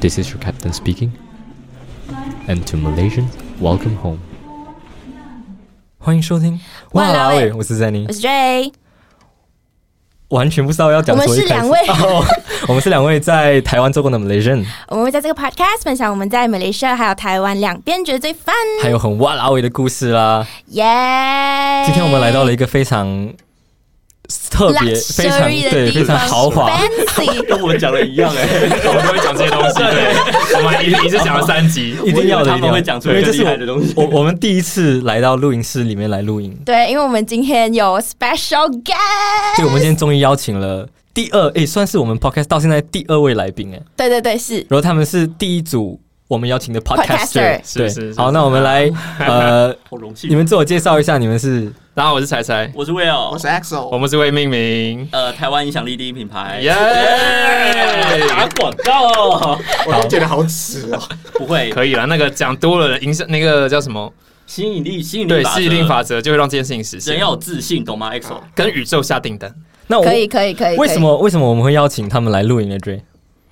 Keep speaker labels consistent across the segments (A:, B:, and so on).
A: This is your captain speaking. And to Malaysians, welcome home. 欢迎收听，
B: 哇啦喂
A: 我是 Zenny，
B: 我是 J，
A: 完全不知道要讲
B: 我们
A: 什么一
B: 是
A: 开始。
B: 两位
A: 哦，我们是两位在台湾做过的 Malaysian，
B: 我们会在这个 podcast 分享我们在马来西亚还有台湾两边觉得最 fun，
A: 还有很哇啦喂的故事啦。
B: 耶！哎
A: 今天我们来到了一个非常特别、
B: Luxury
A: 非常
B: 的
A: 对、
B: 地
A: 非常
B: 方
A: 豪华。
B: fancy，
C: 跟 我们讲的一样哎、
D: 我们都会讲这些东西，对，我们一一次讲了三集，
A: 一定要的，
C: 我
A: 一
C: 以为他们
A: 定要的
C: 会讲出
A: 因为
C: 更
A: 这是
C: 厉害
A: 我
C: 的东西
A: 我我们第一次来到录音室里面来录音，
B: 对，因为我们今天有 special
A: 对，我
B: guest，
A: 们今天终于邀请了第二，诶，算是我们 podcast 到现在第二位来宾诶，
B: 对对对，是
A: 然后他们是第一组我们邀请的 podcaster，
B: Podcaster
A: 对，
D: 是是是
A: 好，那我们来，呃，
C: 好荣 幸。
A: 你们自我介绍一下，你们是
D: 然后我是彩彩，
C: 我是 Will，
E: 我是
D: 我
E: EXO，
D: 们是为命名，
C: 呃台湾影响力第一品牌。
D: 耶！
C: 打广 告
E: 我都觉得好耻 哦。
C: 不会，
D: 可以了，那个讲多了影响那个叫什么？
C: 吸引力吸引力
D: 对，
C: 则
D: 吸引力法则就会让这件事情实
C: 人
D: 现。
C: 要有自信，懂吗？EXO，
D: 跟宇宙下订单，
A: 那我
B: 可以可以可以。
A: 为什
B: 可
A: 么为什么我们会邀请他们来录音呢 d r
B: 以？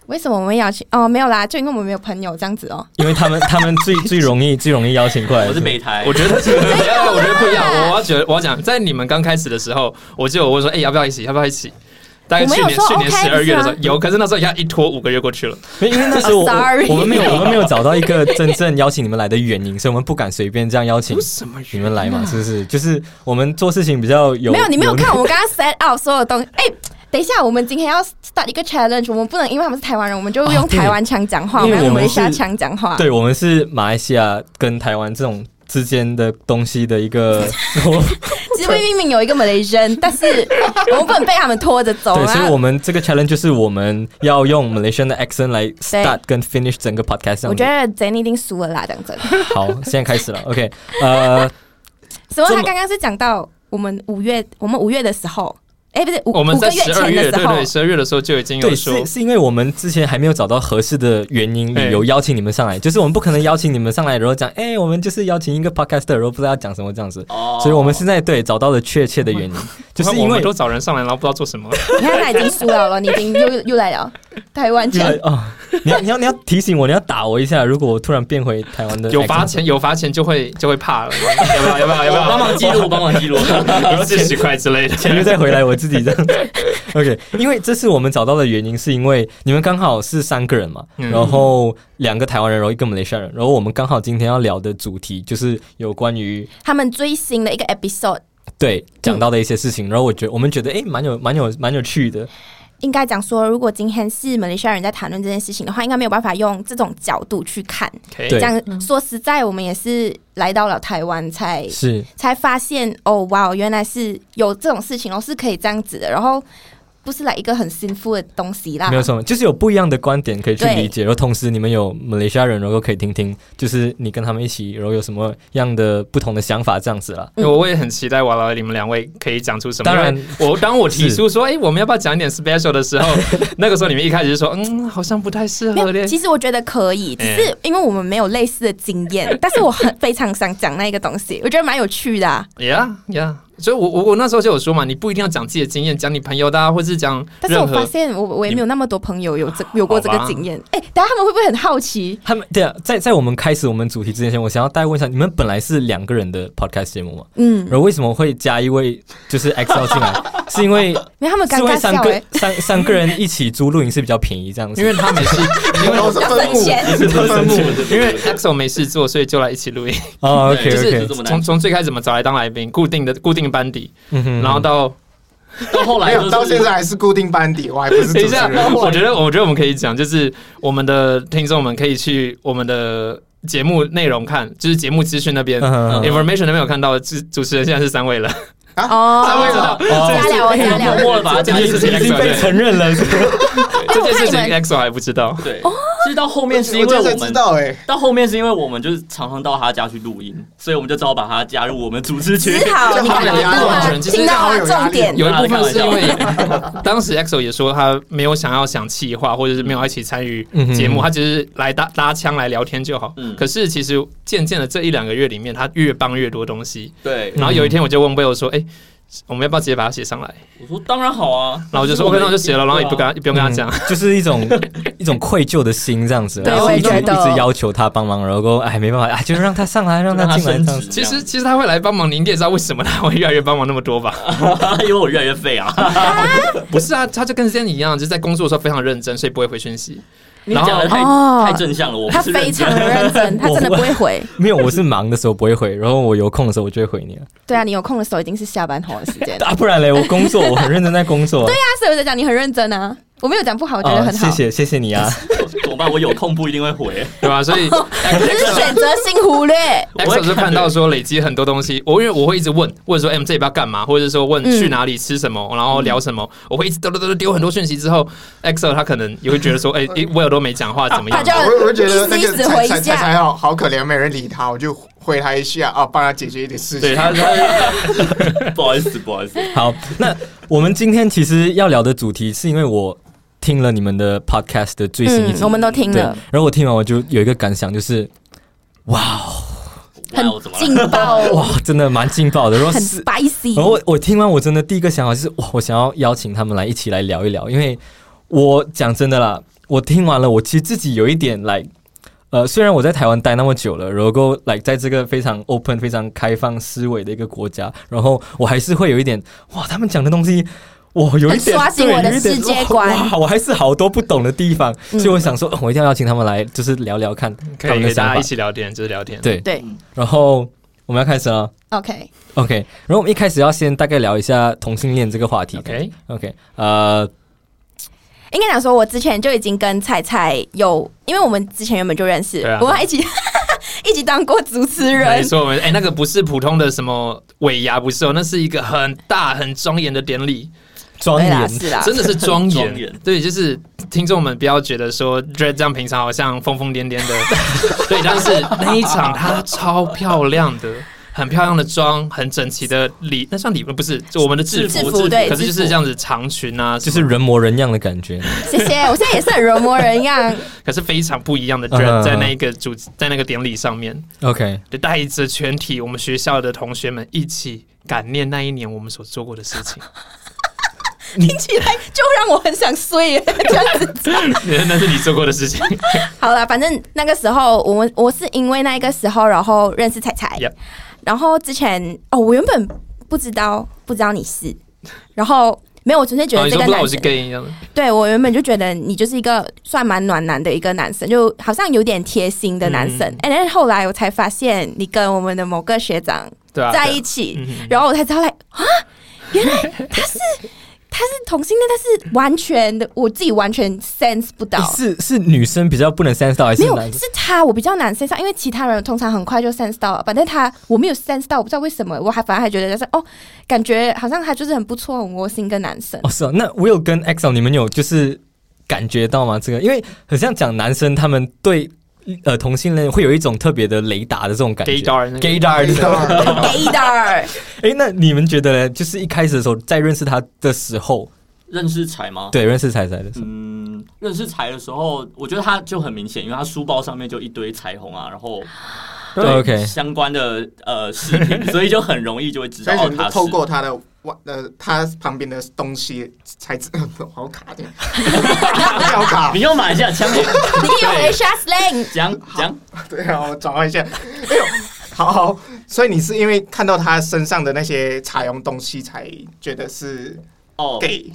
B: 为什么我们要去？哦，没有啦，就因为我们没有朋友这样子哦。
A: 因为他们他们最最容易最容易邀请过来，
C: 我是北台，
D: 我觉得， 我觉得不一 样。我要觉得，我要讲，在你们刚开始的时候，我记得我问说，哎，要不要一起？要不要一起？大概
B: 我们
D: 去
B: 有
D: 年
B: 说
D: 去年
B: OK
D: 十二月的时候
B: 是啊
D: 有，可是那时候一下一拖五个月过去了。
A: 没因为那时 候我
B: Sorry
A: 我们没有我们没有找到一个真正邀请你们来的原因，所以我们不敢随便这样邀请
D: 什么
A: 你们来嘛，是不是？就是我们做事情比较有
B: 没有，你没有看
A: 那
B: 我刚刚 set out 所有东西。哎，等一下，我们今天要 start 一个 challenge，我们不能因为他们是台湾人，我们就
A: 啊
B: 用
A: 对
B: 台湾腔讲话，
A: 因
B: 我
A: 为
B: 们要用
A: 我
B: 马
A: 们
B: 来西亚
A: 是
B: 腔讲话。
A: 对，我们是马来西亚跟台湾这种之间的东西的一个， 哦
B: 其实魏明明有一个 Malaysian，但是我们不能被他们拖着走
A: 对，所以我
B: 啊。
A: 们这个 challenge 就是我们要用 Malaysian 的 accent 来 start 跟 finish 整个 podcast 这样子。
B: 我觉得 Jenny 一定输了啦，讲真的。
A: 好，现在开始了。OK，呃，
B: 什么？
A: 这么
B: 他刚刚是讲到我们五月，我们五月的时候，哎，不是五
D: 我们
B: 五
D: 在
B: 个月
D: 十二
B: 前
D: 月，
B: 的
D: 对
B: 时候
D: 对，，十二月的时候就已经有
A: 对，
D: 说
A: 是是因为我们之前还没有找到合适的原因理由
D: 哎
A: 邀请你们上来，就是我们不可能邀请你们上来，然后讲，哎，我们就是邀请一个 podcaster，然后不知道要讲什么这样子。
C: 哦
A: 所以我们现在对找到了确切的原 因，就是
D: 我
A: 因为
D: 们都找人上来，然后不知道做什么。
B: 你看他已经输了了，你已经又又又来了台湾
A: 因
B: 腔
A: 为。啊，你要你要你要提醒我，你要打我一下，如果我突然变回台湾的
D: 有罚
A: accent
D: 钱，有罚钱就会就会怕 了，要不要？要不要？要不
C: 我帮
D: 要？
C: 忙记 录，帮忙记录。
D: 不要四十块之类的。
A: 前面再回来我自己这样。OK，因为这是我们找到的原因，是因为你们刚好是三个人嘛，
D: 嗯
A: 然后两个台湾人，然后一个马来西亚人，然后我们刚好今天要聊的主题就是有关于
B: 他们最新的一个 episode
A: 对讲到的一些事情，然后我觉得我们觉得诶，蛮有蛮有蛮有趣的，
B: 应该讲说，如果今天是马来西亚人在谈论这件事情的话，应该没有办法用这种角度去看。
A: 对
B: 这样说实在，我们也是来到了台湾才
A: 是
B: 才发现哦，哇，原来是有这种事情哦，是可以这样子的。然后不是来一个很幸福的东西啦
A: 没，有什么，就是有不一样的观点可以去
B: 啊对
A: 理解，然后同时你们有马来西亚人，然后可以听听，就是你跟他们一起，然后有什么样的不同的想法这样子啦。
B: 嗯
D: 我我也很期待瓦拉你们两位可以讲出什么。
A: 当然
D: 因为我，我当我提出说，哎，我们要不要讲一点 special 的时 候，那个时候你们一开始就说，嗯，好像不太适
B: 没
D: 合
B: 有。
D: 嘞。
B: 其实我觉得可以，只是因为我们没有类似的经验，但是我很非常想讲那个东西，我觉得蛮有趣的、啊。
D: Yeah, yeah。所以我，我我那时候就有说嘛，你不一定要讲自己的经验，讲你朋友的、啊，或是讲
B: 但是我
D: 任
B: 发
D: 何。
B: 现我我也没有那么多朋友有这有过这个
D: 好吧
B: 经验。哎、大家他们会不会很好奇？
A: 他们对啊，在在我们开始我们主题之前，我想要大概问一下，你们本来是两个人的 podcast 节目嘛？
B: 嗯，
A: 然后为什么会加一位就是 XL 进 来？是因为
B: 因为他们尴
A: 是因为
B: 尬
A: 三
B: 笑
A: 个
B: 哎、
A: 三三个人一起租录影是比较便宜这样子，
D: 因为他没事，因为
E: 都是分
B: 要省钱
E: 母，是分母，
D: 因为 EXO 没事做，所以就来一起录音。
A: 哦，OK
C: 对就是
A: OK，
C: 这么难
D: 从。从最开始我们找来当来宾，固定的固定班底，
A: 嗯哼
D: 然后到
C: 到后
E: 没
C: 来就
E: 有，
C: 是
E: 到现在还是固定班底，我还不 是主
D: 等一
E: 持
D: 下，
E: 人。
D: 我觉得，我觉得我们可以讲，就是我们的听众们可以去我们的节目内容看，就是节目资讯那边、
A: 嗯哼嗯哼
D: information 那边有看到，主主持人现在是三位了，
B: 哦，
E: 啊三位知道
B: 加料啊加料
C: 哎默
B: 啊。
C: 默的把它加
D: 这
C: 进
D: 件事
C: 去
D: 情。
A: 已经被承认了，是吧
B: 哎
D: 这件事
B: 我
D: 情
B: 看你们
D: EXO 还不 知道。
C: 对，其实到后面是因
E: 我
C: 为
E: 真的
C: 我
E: 知
C: 们。
E: 道哎，
C: 到后面是因为我们就是常常到他家去录音，所以我们就只好把他加入我们组织群。
D: 啊
B: 只好
E: 这
B: 你
E: 好
B: 看
E: 有压力
B: 到
E: 完
B: 了，
D: 全其实
B: 听
E: 这
B: 到
E: 好有
B: 了重点
E: 压。
D: 有一部分是因为 当时 EXO 也说他没有想要想企划，或者是没有一起参与节
A: 嗯
D: 目，
A: 哼
D: 他只是来搭搭腔来聊天就好
C: 嗯。
D: 可是其实渐渐的这一两个月里面，他越帮越多东西，
C: 对，
A: 嗯
D: 然后有一天我就问 Will 说：“哎、我们要不要直接把它写上来？
C: 我说当然好啊，
D: 然后我就说
C: 可
D: OK，
C: 是
D: 那我就写了，然后也不跟
C: 敢。
D: 他，也不用跟他讲。
A: 嗯就是一种一种愧疚的心这样子，
B: 对
A: 然后
B: 我也
A: 一直
B: 觉得
A: 一直要求他帮忙，然后哎没办法，哎就是让他上来，让
C: 让他
A: 进来
C: 升
A: 这 样子
C: 职，
D: 其实其实他会来帮忙，你应该也知道为什么他会越来越帮忙那么多吧？
C: 因为我越来越废啊。
D: 啊不是啊，他就跟 Zen 一样，就是在工作的时候非常认真，所以不会回讯息。
C: 你
D: 然后
C: 讲的太
B: 哦
C: 太正向了，我不
B: 他
C: 是
B: 非
C: 认真
B: 常的认真，他真的不会回。
A: 没有，我是忙的时候不会回，然后我有空的时候我就会回你了。
B: 对啊，你有空的时候已经是下班后的时间了。
A: 啊，不然嘞，我工作我很认真在工 作。对呀，
B: 他所以我在讲你很认真啊，我没有讲不啊好，我觉得很好。
A: 哦谢谢谢谢你啊，
C: 怎么办？我有空不一定会回，
D: 对 吧、所以
B: 只是选择性忽略。
C: 我会
D: X 就看到说累积很多东西，我因为我会一直问，问说 M 这礼拜要干嘛，或者是说问
B: 嗯
D: 去哪里吃什么，然后聊什么，我会一直丢丢丢丢丢很多讯息之后，X 他可能也会觉得说， 哎、诶我有都没讲话怎么样
B: 他？就
E: 我我会觉得那
B: 意思
E: 个
B: 意思回
E: 才
B: 一下
E: 才才才好好可怜，没人理他，我就回他一下啊，帮他解决一点事
D: 对
E: 情。
D: 他，他
C: 不好意思，不好意思。
A: 好，那我们今天其实要聊的主题是因为我听了你们的 podcast 的最新一
B: 嗯，
A: 集
B: 我，们都听
A: 对，
B: 了
A: 然，后我听完我就有一个感想，就是
B: 很
C: 哇我怎么了
B: 劲爆，
A: 哇，真的蛮劲爆的，然后
B: 很
A: 是哦
B: spicy。
A: 然后我我听完，我真的第一个想法就是，哇，我想要邀请他们来一起来聊一聊，因为我讲真的啦，我听完了，我其实自己有一点来，呃，虽然我在台湾待那么久了，然后来在这个非常 open、非常开放思维的一个国家，然后我还是会有一点，哇，他们讲的东西。我有一点
B: 很刷新
A: 对
B: 我的
A: 有一点
B: 世界观
A: 哇！我还是好多不懂的地方，
B: 嗯
A: 所以我想说，呃我一定要邀请他们来，就是聊聊看他
D: 可
A: 们
D: 以
A: 的
D: 给
A: 想
D: 大
A: 法。
D: 家一起聊天，就是聊天。
A: 对
B: 对
C: 嗯
A: 然后我们要开始了。
B: ，OK，
A: OK，然后我们一开始要先大概聊一下同性恋这个话题。
D: ，OK，
A: OK，呃，
B: 应该讲说，我之前就已经跟菜菜有，因为我们之前原本就认识，
D: 对啊
B: 我们还一起 一起当过主持
D: 没
B: 人。
D: 错，没错哎、那个不是普通的什么尾牙，不是哦，那是一个很大很庄严的典礼，
A: 庄
B: 对啦，
A: 严
B: 是啦，
D: 真的是庄
C: 很
D: 严
C: 庄严。
D: 对，就是听众们不要觉得说 Dread 这样平常好像疯疯癫癫的， 对，但是那一场她超漂亮的，很漂亮的妆，很整齐的礼，那算礼服不是，就我们的制
B: 制
D: 服。
B: 服对，
D: 可是就是
B: 制服
D: 这。样子长裙啊，
A: 就
D: 就是是
A: 人模人样的感觉。
B: 谢谢，我现在也是很人模人样，
D: 可是非常不一样的
A: 嗯嗯嗯
D: Dread 在那一个主在那个典礼上面，
B: 嗯
A: OK，
D: 就带着全体我们学校的同学们一起感念那一年我们所做过的事 情。
B: 听起来就让我很想睡耶。这样子
D: 那是你做过的事情。
B: 好了，反正那个时候我们我是因为那个时候，然后认识彩彩
D: Yep
B: 然后之前哦，我原本不知道不知道你是，然后没有，我纯粹觉
D: 哦，
B: 得
D: 你
B: 这个
D: 说不知道
B: 男
D: 我是
B: 生，
D: gay 一样的，
B: 对我原本就觉得你就是一个算蛮暖男的一个男生，就好像有点贴心的男生
D: 嗯。
B: 哎、但是后来我才发现你跟我们的某个学长
D: 对啊，
B: 在
D: 对啊
B: 一起，
D: 嗯哼
B: 然后我才知道来啊，原来他是他是同性恋，但是完全的我自己完全 sense 不到。
A: 是是女生比较不能 sense 到，还
B: 没
A: 是
B: 有，
A: 男生？
B: 是他，我比较难 sense 到，因为其他人通常很快就 sense 到了，反正他我没有 sense 到，我不知道为什么，我还反而还觉得就是哦，感觉好像他就是很不错、很窝心一个男生。
A: 哦，是啊。那 Will 跟 EXO，你们有就是感觉到吗？这个，因为很像讲男生他们对呃同性恋会有一种特别的雷达的这种感觉。
D: gay d a r 那个
A: gaydar
E: 你 知道吗
B: gay 的，
A: 哎，那你们觉得呢？就是一开始的时候，在认识他的时候，
B: 哦
C: 认识才吗？
A: 对认识彩彩的时候，
C: 嗯，认识财的时候，我觉得他就很明显，因为他书包上面就一堆彩虹啊，然后
A: 对 OK，
C: 相关的呃饰 品，所以就很容易就会知道
E: 所以
C: 哦
E: 你
C: 他
E: 就是透过他的外呃，他旁边的东西 才知好卡 点，好卡
C: 你。又买一下枪眼，
B: 你用 H S Lang
C: 讲讲
E: 对啊，我转换一下。哎呦，好好，所以你是因为看到他身上的那些彩虹东西才觉得是
C: 哦，
E: gay，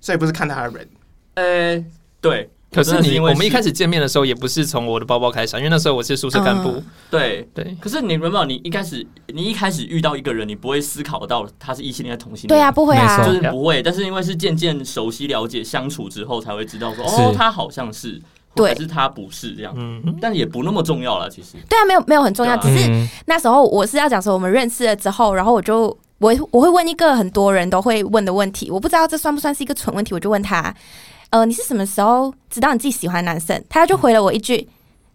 E: 所以不是看他的人。
C: 呃，对
D: 可是
C: 真的是
D: 你，
C: 因为
D: 我们一
C: 是
D: 开始见面的时候也不是从我的包包开始啊，因为那时候我是宿舍干部
B: 嗯，
C: 对。
D: 对，
C: 可是你有没有？你一开始你一开始遇到一个人，你不会思考到他是异性恋还是同性恋？
B: 对啊，，不会
A: 没
B: 啊
A: 错
C: 就，是不会。但是因为是渐渐熟悉、了解、相处之后，才会知道说，
A: 是
C: 哦，他好像是，
B: 对
C: 还是他不是这样。
D: 嗯，
C: 但也不那么重要了，其实。
B: 对啊，没有没有很重要，只
C: 对
A: 嗯，
B: 是那时候我是要讲说我们认识了之后，然后我就我我会问一个很多人都会问的问题，我不知道这算不算是一个蠢问题，我就问他，呃，你是什么时候知道你自己喜欢男生？他就回了我一句，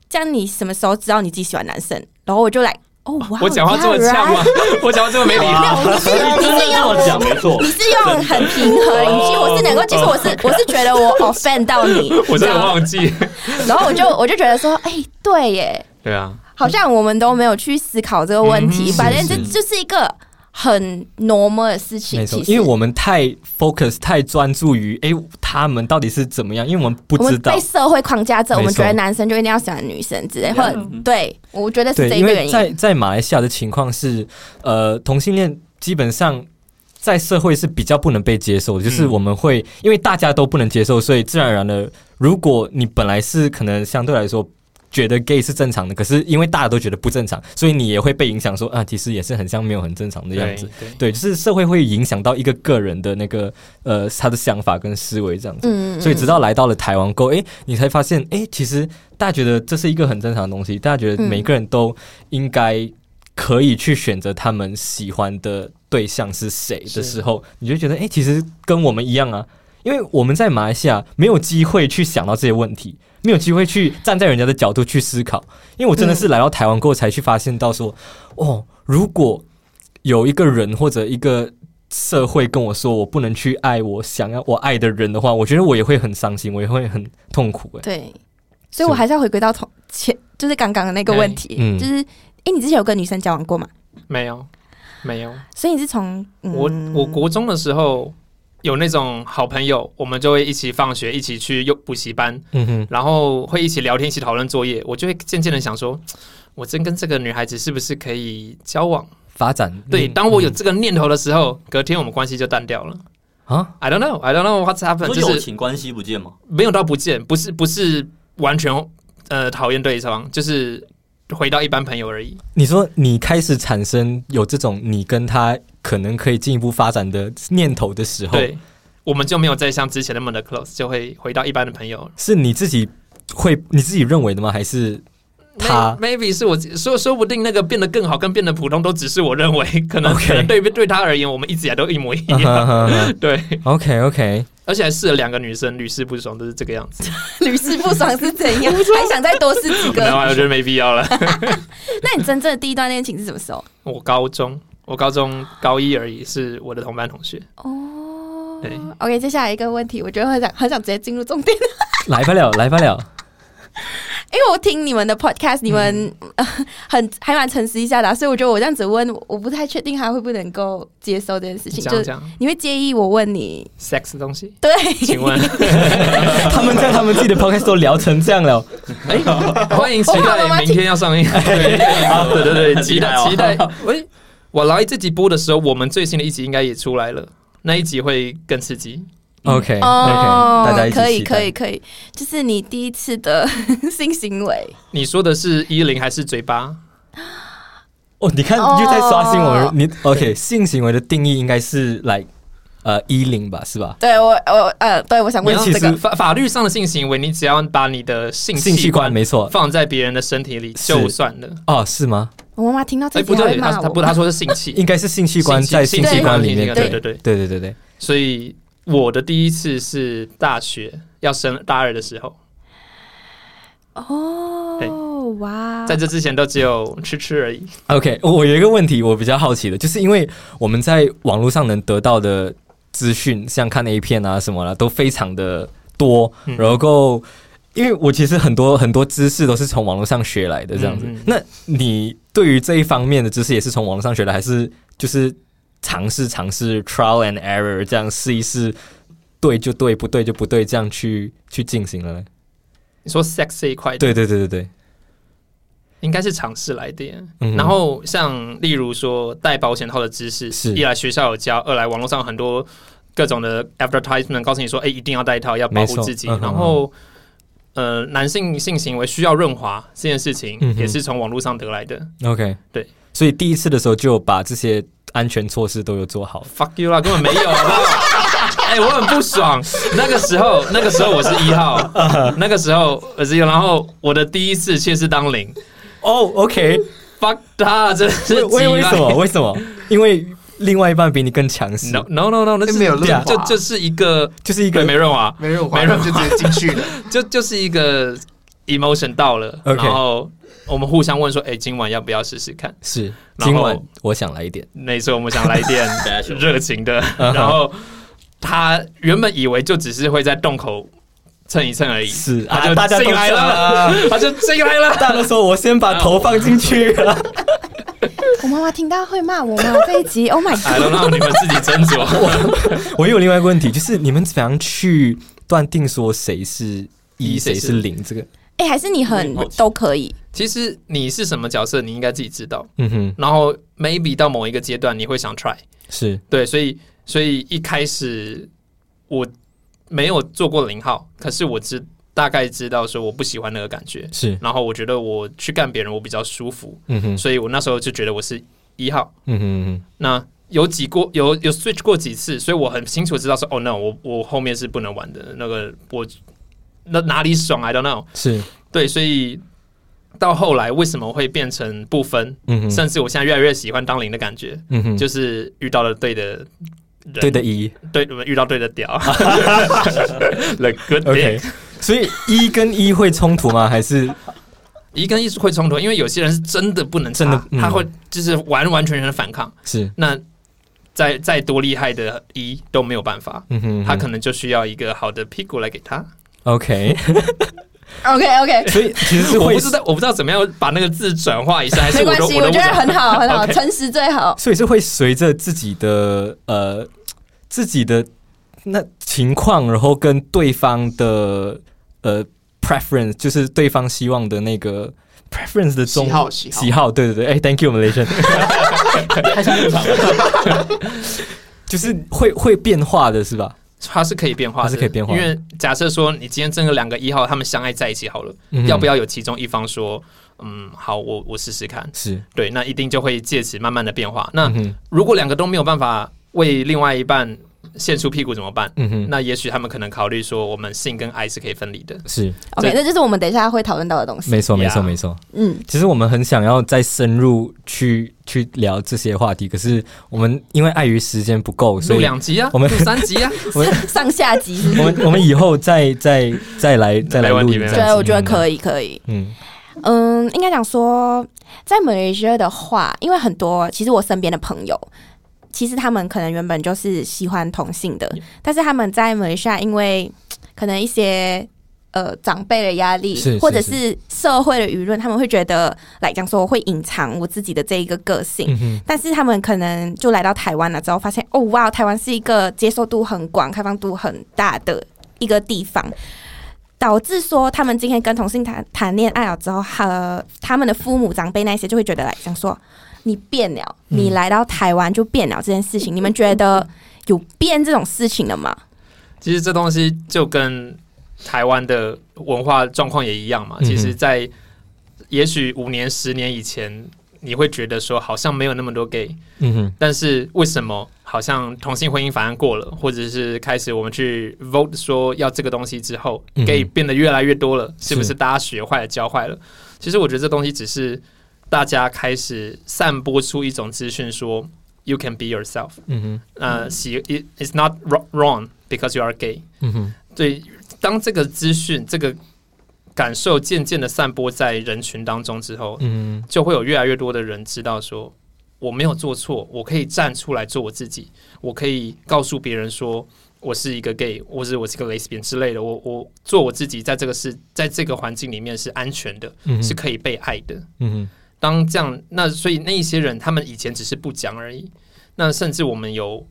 B: 这样你什么时候知道你自己喜欢男生？然后我就来，哦，哇，
D: 啊我讲话这么呛
B: 啊
D: 吗？我讲话 这么没礼貌？
B: 你是你
C: 真
B: 是
C: 的这么讲没错
B: 你，是用很平和语气，我是能够接受，我是我是觉得我 offend 到你，
D: 我真
B: 这
D: 的
B: 样
D: 忘记，
B: 然后我就我就觉得说，哎、对耶，
D: 对啊，
B: 好像我们都没有去思考这个问题，
D: 嗯
B: 反正
A: 是
B: 这
A: 是
B: 就是一个很 normal 的事情。
A: 没错
B: 其，实
A: 因为我们太 focus 太专注于诶，他们到底是怎么样，因为我们不
B: 我
A: 知
B: 们
A: 道
B: 被。社会框架着，我们
A: 没错
B: 觉得男生就一定要喜欢女生之类，或者
C: 嗯
B: 对，我觉得是
A: 对，
B: 这一
A: 因
B: 个
A: 为
B: 原
A: 在
B: 因。
A: 在马来西亚的情况是，呃，同性恋基本上在社会是比较不能被接受的，就是
D: 嗯
A: 我们会、因为大家都不能接受，所以自然而然的，如果你本来是可能相对来说。觉得 gay 是正常的，可是因为大家都觉得不正常，所以你也会被影响说啊，其实也是很像没有很正常的
D: 对
A: 样子。
D: 对
A: 对，就是社会会影响到一个个人的那个呃他的想法跟思维这样子。
B: 嗯
A: 所以直
B: 道
A: 到来到了台湾过后，诶，你才发现，诶，其实大家觉得这是一个很正常的东西，大家觉得
B: 嗯
A: 每个人都应该可以去选择他们喜欢的对象是谁的时候，你就觉得，诶，其实跟我们一样啊，因为我们在马来西亚没有机会去想到这些问题，没有机会去站在人家的角度去思考。因为我真的是
B: 嗯
A: 来到台湾过后才去发现到说，哦，如果有一个人或者一个社会跟我说我不能去爱我想要我爱的人的话，我觉得我也会很伤心，我也会很痛苦、欸。
B: 对，所以我还是要回归到同前，就是刚刚的那个问题，
A: 嗯
B: 就是哎、诶你之前有跟女生交往过吗？
D: 没有没有，
B: 所以你是从、嗯、
D: 我我国中的时候有那种好朋友，我们就会一起放学，一起去幼补习班，
A: 嗯哼，
D: 然后会一起聊天，一起讨论作业。我就会渐渐的想说，我真跟这个女孩子是不是可以交往？
A: 发展
D: 对，
A: 嗯
D: 当我有
A: 嗯
D: 这个念头的时候，隔天我们关系就淡掉了。
A: 啊，
D: I don't know, I don't know what's
C: 你
D: happened，
C: 说
D: 就
C: 友
D: 是
C: 情关系不见吗？
D: 没有到不见，不是不是完全呃讨厌对方，就是回到一般朋友而已。
A: 你说你开始产生有这种你跟他可能可以进一步发展的念头的时候，
D: 对，我们就没有再像之前那么的 close，就会回到一般的朋友。
A: 是你自己会你自己认为的吗？还是他
D: May- maybe 是我说，说不定那个变得更好跟变得普通都只是我 认为，可能
A: OK
D: 可能对对他而言，我们一直以来都一模一
A: 嗯哼
D: 样。
A: 哼哼
D: 对，
A: ？OK OK，
D: 而且还试了两个女生，屡试不爽，都是这个样子。
B: 屡试不爽是怎 样？ 还想再多试几
D: 然后
A: 啊
B: 个？
D: 我觉得没必要了。
B: 那你真正的第一段恋情是什么时候？
D: 我高中，我高中高一而已，是我的同班同学。
B: 哦
D: 对
B: OK，接下来一个问题，我觉得很想很想直接进入重点，
A: 来不了，来不了。
B: 因为我听你们的 podcast，你们、
D: 嗯
B: 呃 很还蛮诚实一下的啊、所以我觉得我这样子问，我不太确定他会不会能够接受这件事情。
D: 这
B: 就
D: 样
B: 是
D: 讲
B: 你会介意我问你？
D: sex 的 东西，
B: 对，
D: 请问，
A: 他们在他们自己的 podcast 都聊成这样了，
D: 哎， 欢迎期
B: 我怕妈妈
D: 待明天要上映。对 对对对，期待
C: 很
D: 期
C: 厉害
D: 待
C: 哦。
D: 喂，我来这集播的时候，我们最新的一集应该也出来了，那一集会更刺激。
A: OK，OK，、
B: 哦
A: 大家一起
B: 可以
A: 期待
B: 可以可以，就是你第一次的 性行为，
D: 你说的是衣领还是嘴巴？
A: 哦，你看
B: 哦
A: 又在刷新我们，你 OK 性行为的定义应该是来呃一零吧，是吧？
B: 对我我呃，对我想问
A: 你要
B: 这
A: 其
B: 个
A: 实，
D: 法法律上的性行为，你只要把你的性
A: 性器官
D: 官
A: 没错，
D: 放在别人的身体里
A: 是
D: 就算了。
A: 哦，是吗？
B: 我妈妈听到
D: 哎，
B: 这
D: 不
B: 句还
D: 对，
B: 会
D: 他
B: 骂
D: 他
B: 我，
D: 不，他说是性器，
A: 应该是性器官在性器官里面，
D: 对
A: 对
D: 对对。
A: 对对对对，
D: 所以我的第一次是大学要升大二的时候，对
B: 哦哇，
D: 在这之前都只有吃吃而已。
A: OK，我有一个问题，我比较好奇的，就是因为我们在网络上能得到的资讯，像看 A 片啊什么啦，都非常的多，
D: 嗯
A: 然后。因为我其实很多很多知识都是从网络上学来的，这样子。
D: 嗯嗯
A: 那你对于这一方面的知识也是从网络上学的，还是就是尝试尝试 trial and error 这样试一试，对就对，不对就不对，这样去去进行了呢？
D: 你说 sex 这一块，
A: 对对对对对，
D: 应该是尝试来的耶。
A: 嗯哼
D: 然后像例如说戴保险套的知识，
A: 是
D: 一来学校有教，二来网络上有很多各种的 advertisement 告诉你说，哎、一定要戴套，要保
A: 没
D: 护
A: 错
D: 自己。
A: 嗯哼
D: 然后呃，男性性行为需要润滑这件事情，
A: 嗯哼
D: 也是从网络上得来的。
A: OK，
D: 对，
A: 所以第一次的时候就把这些安全措施都有做好。
D: Fuck you 啦，根本没有，好不 好？哎、我很不爽。那个时候，那个时候我是一号，那个时候我是一号，然后我的第一次却是当零。
A: 哦、o k
D: Fuck 他，真的是
A: 为为
D: 急
A: 为
D: 啦
A: 什么？为什么？因为另外一半比你更强势
D: No no no no，那是
E: 哎
D: 啊
E: 没有润滑
D: 就就是一个
A: 就是一
D: 对
A: 个
D: 没润滑，
E: 没人
D: 没
E: 玩，
D: 人
E: 就直接进去了。
D: 就就是一个 emotion 到了
A: OK
D: 然后我们互相问说，哎、今晚要不要试试看？
A: 是。
D: 然后
A: 今晚我想来一点，
D: 那时候我们想来一 点
C: 等下去
D: 热情的，
A: 嗯哼
D: 然后他原本以为就只是会在洞口蹭一蹭而已，
A: 是
D: 他
A: 啊大家
D: 就
A: 都
D: 进来啊
A: 知道
D: 了，他就进来了。
A: 大家都说我先把头放进去，
B: 我妈妈听到会骂我吗？这一集，Oh my
D: I
B: god！
D: don't know，你哎们自己斟 酌。
A: 我有另外一个问题，就是你们怎么样去断定说谁是一
D: 一
A: 谁
D: 谁
A: 是
D: 是
A: 零？这个，
B: 哎、还是你很都可以，
D: 其实你是什么角色，你应该自己知道。
A: 嗯哼，
D: 然后 maybe 到某一个阶段，你会想 try。
A: 是
D: 对，所以所以一开始我没有做过零号，可是我知大概知道说我不喜欢那个感觉，
A: 是，
D: 然后我觉得我去干别人我比较舒服，
A: 嗯哼，
D: 所以我那时候就觉得我是一号。
A: 嗯哼嗯哼，
D: 那有几过有有 switch 过几次，所以我很清楚知道说，哦、no，我我后面是不能玩的，那个我那哪里爽，I don't know。
A: 是，
D: 对，所以到后来为什么会变成不分，
A: 嗯哼，
D: 甚至我现在越来越喜欢当零的感觉，
A: 嗯哼，
D: 就是遇到了对的人，
A: 对的一
D: 对，遇到对的 屌，the good
A: ，OK，
D: dick。
A: 所以一跟一会冲突吗？还是
D: 一跟一是会冲突，因为有些人是真的不能
A: 真的
D: 插
A: 嗯
D: 他会就是完完全全的反抗。
A: 是，
D: 那再再多厉害的一都没有办法，
A: 嗯哼，
D: 他可能就需要一个好的屁股来给他。
A: OK，
B: OK OK，
A: 所以其实是
D: 我
A: 会
D: 不，知道，我不知道怎么样把那个字转化一下，还是
B: 没
D: 我
B: 关
D: 的
B: 系，
D: 的
B: 我觉得
D: 问
B: 很好，很 好，
D: OK
B: 诚实最好。
A: 所以是会随着自己的呃自己的那情况，然后跟对方的呃 preference，就是对方希望的那个 preference 的中
E: 喜好喜好
A: 喜好，对对对，哎、t h a n k you Malaysian，
C: 太像正常了。
A: 就是会会变化的是吧？
D: 它是可以变化的，
A: 它是可以变化的
D: 因为假设说你今天真的两个一号他们相爱在一起好了，
A: 嗯哼
D: 要不要有其中一方说，嗯，好，我我试试看。
A: 是？
D: 对，那一定就会借此慢慢的变化。那、
A: 嗯哼，
D: 如果两个都没有办法为另外一半献出屁股怎么办？
A: 嗯哼，
D: 那也许他们可能考虑说，我们性跟爱是可以分离的。
A: 是
B: OK，那就是我们等一下会讨论到的东西。
A: 没错没错
D: Yeah
A: 没错。
B: 嗯，
A: 其实我们很想要再深入去去聊这些话题，可是我们因为碍于时间不够，所
D: 录
A: 以
D: 两集啊，
A: 我们
D: 录三集啊，
B: 上 下集是不
A: 我
B: 是。
A: 们我们以后再再再来再来
D: 没问
A: 录
D: 题
A: 一
D: 没
A: 下
B: 对
D: 问题，
B: 我 觉得可以，可以。
A: 嗯
B: 嗯，应该讲说，在马来西亚的话，因为很多其实我身边的朋友，其实他们可能原本就是喜欢同性的
D: Yeah.
B: 但是他们在马来西亚，因为嘖可能一些呃长辈的压力
A: 是是
B: 或者是社会的舆论，他们会觉得来讲说我会隐藏我自己的这一个个性。
A: 嗯哼
B: 但是他们可能就来到台湾了之后，发现哦哇，台湾是一个接受度很广、开放度很大的一个地方，导致说他们今天跟同性谈谈恋爱了啊之后，和他们的父母长辈那些就会觉得来讲说你变了，
A: 嗯
B: 你来到台湾就变了这件事情，你们觉得有变这种事情了吗？
D: 其实这东西就跟台湾的文化状况也一样嘛。
A: 嗯哼
D: 其实，在也许五年、十年以前，你会觉得说好像没有那么多 gay，
A: 嗯哼
D: 但是为什么好像同性婚姻法案过了，或者是开始我们去 vote 说要这个东西之后
A: 嗯哼
D: ，gay 变得越来越多了？是不
A: 是
D: 是大家学坏了、教坏了？其实我觉得这东西只是大家开始散播出一种资讯，说 you can be yourself，
A: 嗯哼
D: 呃，喜 it is not wro- wrong because you are gay。
A: 嗯哼
D: 对，当这个资讯、这个感受渐渐的散播在人群当中之后，
A: 嗯
D: 就会有越来越多的人知道说，我没有做错，我可以站出来做我自己，我可以告诉别人说我是一个 gay，或是我是个 lesbian 之类的，我我做我自己，在这个是在这个环境里面是安全的，
A: 嗯
D: 是可以被爱的。
A: 嗯哼
D: 当这样，那所以那一些人，他们以前只是不讲而已。那甚至我们有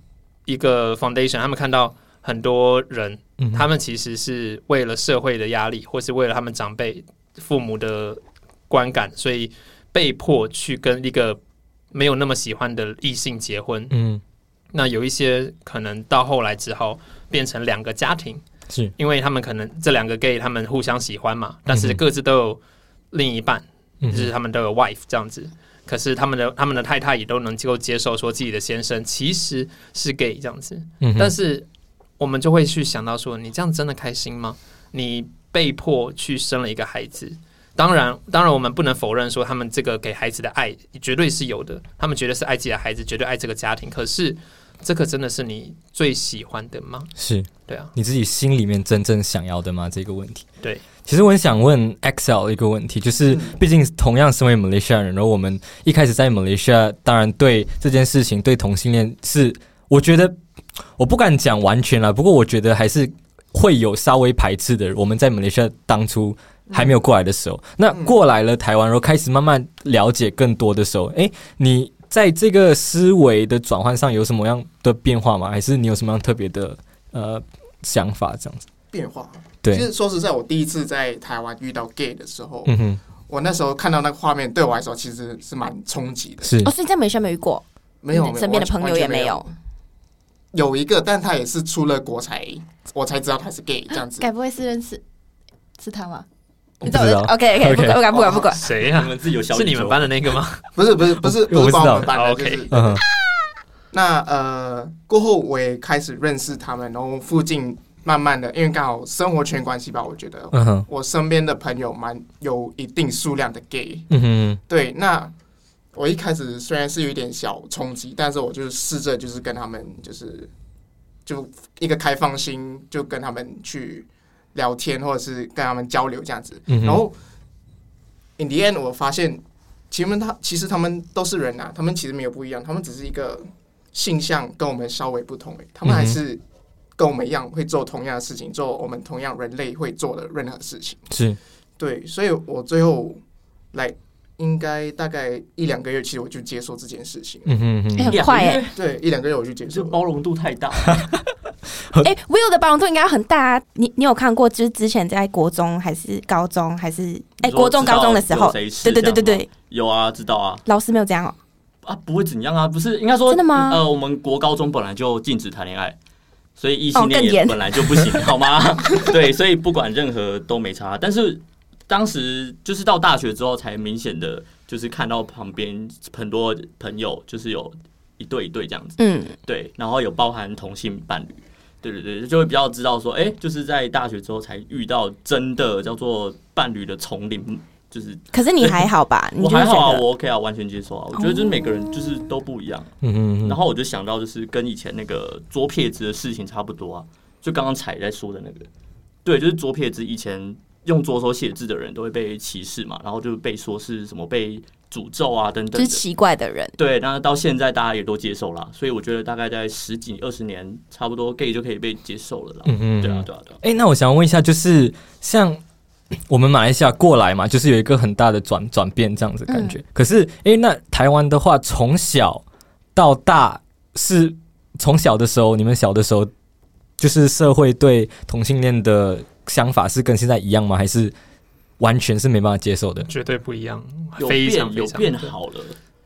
D: 一个 foundation，他们看到很多人
A: 嗯哼
D: 他们其实是为了社会的压力，或是为了他们长辈、父母的观感，所以被迫去跟一个没有那么喜欢的异性结婚。
A: 嗯
D: 那有一些可能到后来之后变成两个家庭，
A: 是
D: 因为他们可能这两个 gay 他们互相喜欢嘛，但
A: 嗯
D: 是
A: 哼
D: 各自都有另一半，
A: 嗯
D: 就是他啊们都有 wife 这样子。可是他们的他们的太太也都能够接受说自己的先生其实是 gay 这样子，
A: 嗯哼
D: 但是我们就会去想到说，你这样真的开心吗？你被迫去生了一个孩子，当然，当然我们不能否认说他们这个给孩子的爱绝对是有的，他们绝对是爱自己的孩子，绝对爱这个家庭。可是这个真的是你最喜欢的吗？
A: 是
D: 对啊，
A: 你自己心里面真正想要的吗？这个问题。
D: 对，
A: 其实我很想问 Excel 一个问题，就是毕竟同样身为马来西亚人，然后我们一开始在马来西亚，当然对这件事情，对同性恋是，我觉得我不敢讲完全了，不过我觉得还是会有稍微排斥的人。我们在马来西亚当初还没有过来的时候，那过来了台湾，然后开始慢慢了解更多的时候，诶，你在这个思维的转换上有什么样的变化吗？还是你有什么样特别的呃想法这样子？
E: 变化。其
A: 对，
E: 实说实在，我第一次在台湾遇到 gay 的时候，
A: 嗯哼，
E: 我那时候看到那个画面，对我来说其实是蛮冲击的。
A: 是
B: 哦，，所以在美宣没遇过，
E: 没有，
B: 你身边的朋友也
E: 没
B: 没
E: 有
B: 有
E: 完，完全没有。有一个，但他也是出了国才，我才知道他是 gay 这 样子。
B: 该不会是认识是他吗？
A: 我
B: 你
A: 不
B: 知道我
A: 知
B: 在
A: 道
B: OK OK，不
A: OK
B: 管不管不管不管，
D: 谁呀
C: 你、们自己有啊小宇宙
D: 是你们班的那个吗？
E: 不是不是不是
A: 我
E: 不
A: 不
E: 是
A: 知道
E: 帮我们班的，
D: 哦
E: 就
D: ，OK
E: 是
A: 嗯哼，
E: 那呃过后我也开始认识他们，然后附近慢慢的，因为刚好生活圈关系吧，我觉得
A: 嗯哼，
E: 我身边的朋友蛮有一定数量的 gay。
A: 嗯哼，
E: 对，那我一开始虽然是有一点小冲击，但是我就是试着就是跟他们就是就一个开放心，就跟他们去聊天或者是跟他们交流这样子。
A: 嗯哼
E: 然后 in the end，我发现其实他其实他们都是人啊，他们其实没有不一样，他们只是一个性向跟我们稍微不同而已，他们还
A: 嗯哼
E: 是。跟我们一样会做同样的事情，做我们同样人类会做的任何事情。
A: 是，
E: 对，所以我最后来应该大概一两个月，其实我就接受这件事情。
A: 嗯哼嗯
B: 哎
A: 哼，
B: 很快哎、
E: 对，一两个月我就接
C: 这
E: 受了。
C: 包容度太大，
B: 哎、w i l l 的包容度应该很大、啊。你你有看过，就是之前在国中还是高中还是哎、
C: 你说
B: 国中高中的时候，
C: 知道有谁是
B: 对对对对
C: 这样吗
B: 对，
C: 有啊，知道啊，
B: 老师没有这样哦、
C: 啊，不会怎样啊，不是应该说
B: 真的吗
C: 呃，我们国高中本来就禁止谈恋爱，所以异性
B: 哦
C: 恋
B: 更
C: 也
B: 严
C: 本来就不 行，好吗？对，所以不管任何都没差。但是当时就是到大学之后，才明显的就是看到旁边很多朋友就是有一对一对这样子，
B: 嗯，
C: 对，然后有包含同性伴侣。对对对，就会比较知道说，哎、就是在大学之后才遇到真的叫做伴侣的丛林，就是
B: 可是你还好吧？你
C: 我
B: 就是
C: 还好啊，
B: 觉得
C: 我 OK 啊，完全接受啊。我觉得就是每个人就是都不一样，
A: 嗯哼嗯
C: 然
A: 哼，
C: 后我就想到，就是跟以前那个左撇子的事情差不多啊，就刚刚彩在说的那个，对，就是左撇子以前用左手写字的人都会被歧视嘛，然后就被说是什么被诅咒啊等
B: 就
C: 等
B: 是
C: 的。
B: 奇怪的 人，
C: 对，那到现在大家也都接受啦，所以我觉得大概在十几二十年，差不多 gay 就可以被接受了啦。
A: 嗯哼，
C: 对啊，对啊，对啊。
A: 哎、那我想问一下，就是像我们马来西亚过来嘛，就是有一个很大的转转变这样子的感觉。可是，哎、那台湾的话，从小到大是从小的时候，你们小的时候，就是社会对同性恋的想法是跟现在一样吗？还是完全是没办法接受的？
D: 绝对不一样，
C: 有
D: 非常
C: 变
D: 非
C: 有
D: 常
C: 变
D: 不一样
C: 好了，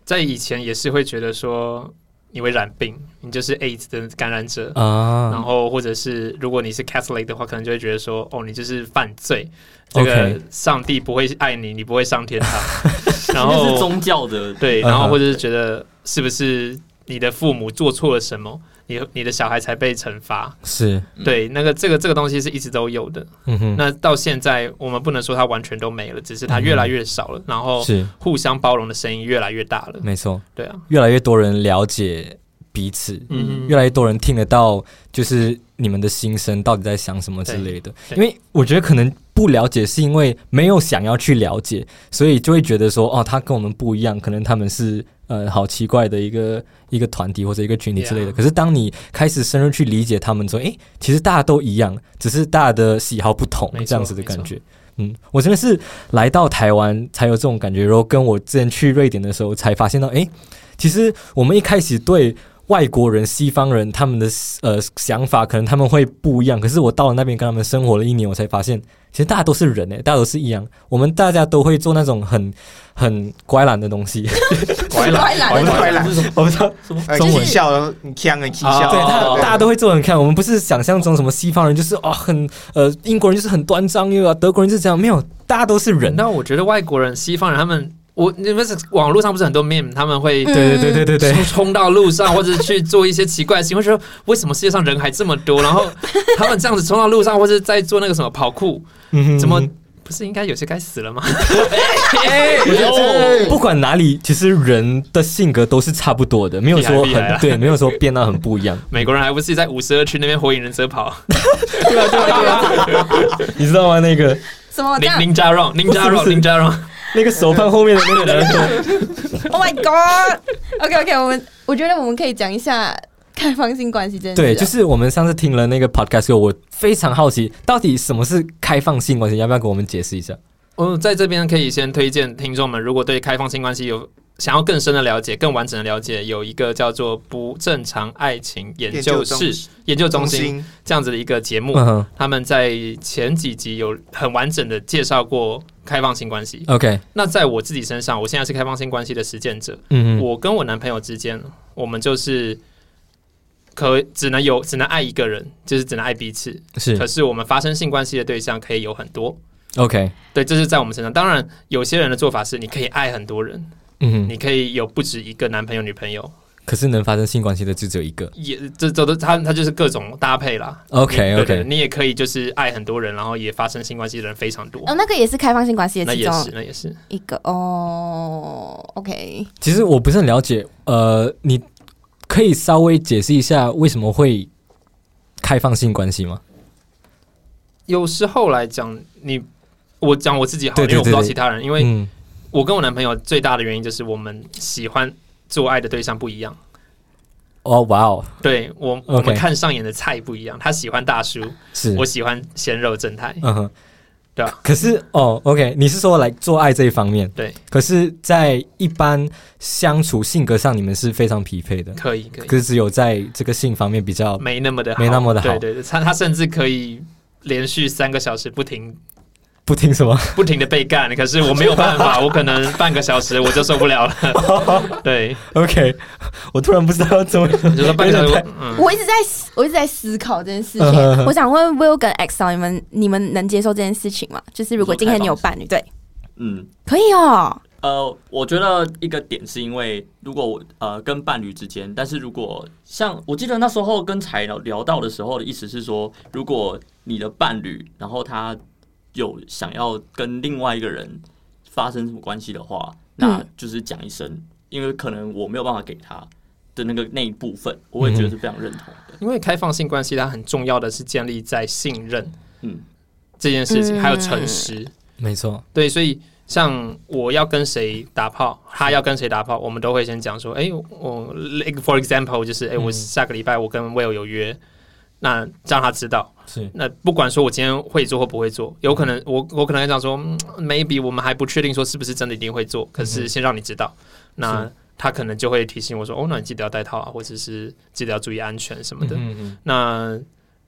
D: 在以前也是会觉得说你会染病，你就是 AIDS 的感染者，然
A: 啊，
D: 后或者是如果你是 Catholic 的话，可能就会觉得说哦，你就是犯罪，这个
A: OK
D: 上帝不会爱你，你不会上 天堂。然
C: 那是
D: 后
C: 宗教的，
A: 嗯
D: 对，
A: 哼
D: 然后或者是觉得是不是你的父母做错了什么，你你的小孩才被惩罚？
A: 是，
C: 嗯
D: 对，那个这个这个东西是一直都有的。
A: 嗯哼，
D: 那到现在我们不能说它完全都没了，只是它越来越少了，然后
A: 是嗯
D: 互相包容的声音越来越大了。
A: 没错，
D: 对啊，
A: 越来越多人了解彼此，
D: 嗯，
A: 越来越多人听得到，就是你们的心声到底在想什么之类的。
D: 对
A: 因为我觉得可能不了解，是因为没有想要去了解，所以就会觉得说，哦，他跟我们不一样，可能他们是呃好奇怪的一个一个团体或者一个群体之类的。
D: Yeah
A: 可是当你开始深入去理解他们之后，诶，其实大家都一样，只是大家的喜好不同
D: 没，错
A: 这样子的感觉。嗯，我真的是来到台湾才有这种感觉，然后跟我之前去瑞典的时候才发现到，诶，其实我们一开始对外国人、西方人他们的呃想法，可能他们会不一样。可是我到了那边跟他们生活了一年，我才发现，其实大家都是人诶、大家都是一样，我们大家都会做那种很很乖懒的东西。
D: 拐了，哦
B: 怪
E: 我
B: 懒
E: 们
B: 的。
E: 快来，
A: 我不知道，
E: 呃
A: 中文
E: 你笑，你呛，你气
D: 啊
E: 笑，
A: 对，大
D: 哦
A: 大家都会做得很看。我们不是想象中什么西方人就是哦很呃英国人就是很端张又啊，德国人就是这样，没有，大家都是人。
D: 那我觉得外国人、西方人他们，我你们是网络上不是很多 meme，他们会
B: 嗯
A: 对对对对对对
D: 冲，冲到路上，或者去做一些奇怪的行为，说为什么世界上人还这么多？然后他们这样子冲到路上，或者在做那个什么跑酷，
A: 嗯哼
D: 怎么不是应该有些该死了 吗？哎
E: 我觉得
D: 哦
E: 这
A: 不管哪里，其实人的性格都是差不多的，没有说
D: 厉害厉害
A: 很
D: 啊
A: 对，没有说变得很不一样。
D: 美国人还不是在五十二区那边火影忍者跑
A: 对啊，对啊，对啊， 你知道吗？那个
B: 什么这
D: 宁
B: 样
D: 宁 加 r 宁加 r
A: 不是
D: 宁加 r
A: 那 个手放后面的那个人说，
B: ？Oh my god！OK OK，, o k 我们我觉得我们可以讲一下开放性关系这件事 啊。
A: 对，就是我们上次听了那个 podcast 后，我非常好奇，到底什么是开放性
D: 哦
A: 关系？要不要给我们解释一下？
D: 我在这边可以先推荐听众们，如果对开放性关系有想要更深的了解、更完整的了解，有一个叫做“不正常爱情研究室”研究中心
E: 心
D: 这样子的一个节目。
A: 嗯哼
D: 他们在前几集有很完整的介绍过开放性关系。
A: ，OK，
D: 那在我自己身上，我现在是开放性关系的实践者。
A: 嗯哼
D: 我跟我男朋友之间，我们就是可只能有只能爱一个人，就是只能爱彼此。可
A: 是
D: 是我们发生性关系的对象可以有很多，
A: OK，
D: 对，这是在我们身上。当然，有些人的做法是你可以爱很多人，
A: 嗯哼，
D: 你可以有不止一个男朋友、女朋友，
A: 可是能发生性关系的就只有一个
D: 也这这都他他就是各种搭配啦。
A: ，OK
D: 对对
A: OK，
D: 你也可以就是爱很多人，然后也发生性关系的人非常多。
B: 哦，那个也是开放性关系
D: 那
B: 的其
D: 也是
B: 中，
D: 那也是，
B: 一个哦。OK，
A: 其实我不是很了解，呃，你可以稍微解释一下为什么会开放性关系吗？
D: 有时候来讲，你我讲我自己好了，
A: 对对
D: 因为我不知道
A: 对对
D: 其他人，因为
A: 嗯
D: 我跟我男朋友最大的原因就是我们喜欢做爱的对象不一样，
A: 哦，哇哦，
D: 对我
A: 嗯 OK
D: 我们看上眼的菜不一样，他喜欢大叔，
A: 是
D: 我，喜欢鲜肉正太，
A: 嗯哼，
D: 对啊。
A: 可是哦，OK，你是说来做爱这一方面，
D: 对，
A: 可是，在一般相处性格上，你们是非常匹配的，
D: 可以可以，
A: 可是只有在这个性方面比较
D: 没那么的好
A: 没那么的好
D: 对对对，他他甚至可以连续三个小时不停
A: 不听什么。
D: 不停的被干，可是我没有办法，我可能半个小时我就受不了了， 对，
A: OK，我突然不知道怎 么，
D: 你就说半个小时我，嗯，
B: 我一直在思我一直在思考这件事情。
A: 嗯哼哼
B: 我想问 Will 跟 X 嫂，你们你们能接受这件事情吗？就是如果今天你有伴侣，对，
C: 嗯，
B: 可以哦。
C: 呃，我觉得一个点是因为，如果我呃跟伴侣之间，但是如果呃像我记得那时候跟才聊聊到的时候的意思是说，如果你的伴侣，然后他有想要跟另外一个人发生什么关系的话，那就是讲一声，因为可能我没有办法给他的那个那一部分，我会觉得是非常认同的。
D: 因为开放性关系它很重要的是建立在信任
C: 嗯，
D: 这件事情，
B: 嗯
D: 还有诚实，
A: 没错，
D: 对，所以像我要跟谁打炮，他要跟谁打炮，我们都会先讲说，哎、我，like for example，就是哎、诶我
A: 嗯
D: 下个礼拜我跟 Will 有约，那让他知道。
A: 是
D: 那不管说我今天会做或不会做，有可能我我可能会讲说、嗯、，maybe 我们还不确定说是不是真的一定会
A: 嗯
D: 做，可是先让你知道。那他可能就会提醒我说，哦，那你记得要戴套啊，或者是记得要注意安全什么的。
A: 嗯嗯
D: 那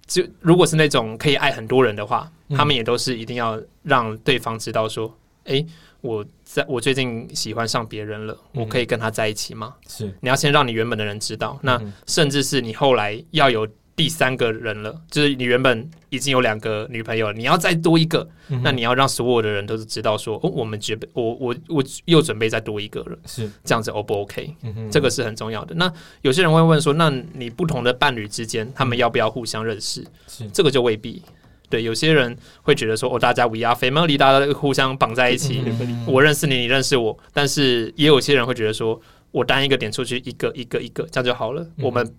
D: 就如果是那种可以爱很多人的话，
A: 嗯
D: 他们也都是一定要让对方知道说，诶，我在我最近喜欢上别人了，
A: 嗯
D: 我可以跟他在一起吗？
A: 是
D: 你要先让你原本的人知道，那
A: 嗯
D: 甚至是你后来要有第三个人了，就是你原本已经有两个女朋友，你要再多一个，
A: 嗯
D: 那你要让所有的人都是知道说，哦，我们准备，我我我又准备再多一个了，
A: 是
D: 这样子 O 不 OK？
A: 嗯哼
D: 这个是很重要的。那有些人会问说，那你不同的伴侣之间，他们要不要互相认识？
A: 是
D: 这个就未必。对，有些人会觉得说，哦，大家 we are family，大家互相绑在一
A: 嗯
D: 起，我认识你，你认识我。但是也有些人会觉得说，我单一个点出去，一个一个一个，这样就好了。
A: 嗯
D: 我们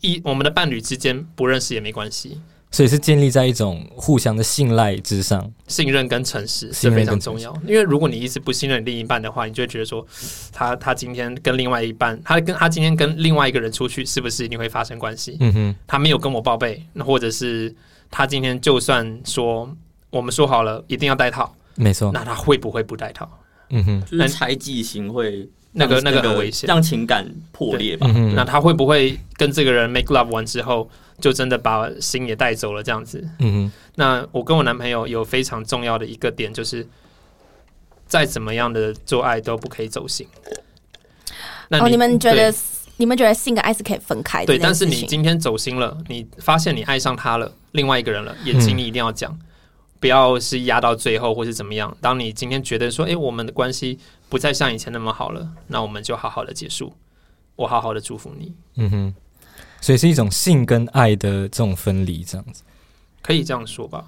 D: 一我们的伴侣之间不认识也没关系，
A: 所以是建立在一种互相的信赖之上。
D: 信任跟诚实是
A: 信任
D: 非
A: 跟
D: 常重要，因为如果你一直不信任另一半的话，你就会觉得说，他他今天跟另外一半，他跟他今天跟另外一个人出去，是不是一定会发生关系？
A: 嗯哼，
D: 他没有跟我报备，那或者是他今天就算说我们说好了一定要戴套，
A: 没错。
D: 那他会不会不戴套？
A: 嗯哼，
C: 就是猜忌型会
D: 那个
C: 让
D: 那个很危险。
C: 让呃情感破裂吧
A: 嗯。哼，
D: 那他会不会跟这个人 make love 完之后，就真的把心也带走了这样子？
A: 嗯哼，
D: 那我跟我男朋友有非常重要的一个点，就是再怎么样的做爱都不可以走心。那
B: 哦，你们觉得
D: 对
B: 你们觉得性跟爱是可以分开的
D: 对？
B: 这件
D: 但
B: 事
D: 是
B: 情？
D: 你今天走心了，你发现你爱上他了，另外一个人了，也请你一定要讲，不要是压到最后或是怎么样。当你今天觉得说，诶，我们的关系不再像以前那么好了，那我们就好好的结束。我好好的祝福你，
A: 嗯哼，所以是一种性跟爱的这种分离，这样子。
D: 可以这样说吧？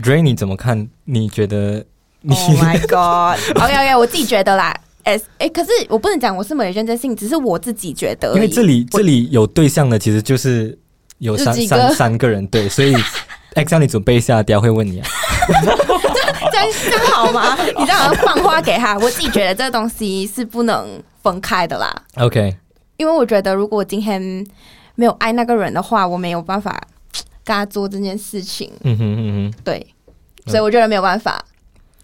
A: Dray，你怎么看？你觉得你
B: Oh my god！OK OK，我自己觉得啦。哎、哎、可是我不能讲我是没有认真性，只是我自己觉得而 已。
A: 因为这里这里有对象的，其实就是有
B: 就
A: 三
B: 几
A: 三
B: 个
A: 三个人，对，所以 X 让你准备一下，等一下会问你啊。
B: 这样这样好吗？你这样好像放话给他，我自己觉得这个东西是不能分开的啦。
A: OK，
B: 因为我觉得如果我今天没有爱那个人的话，我没有办法跟他做这件事情，
A: 嗯哼嗯哼。
B: 对，所以我觉得没有办法。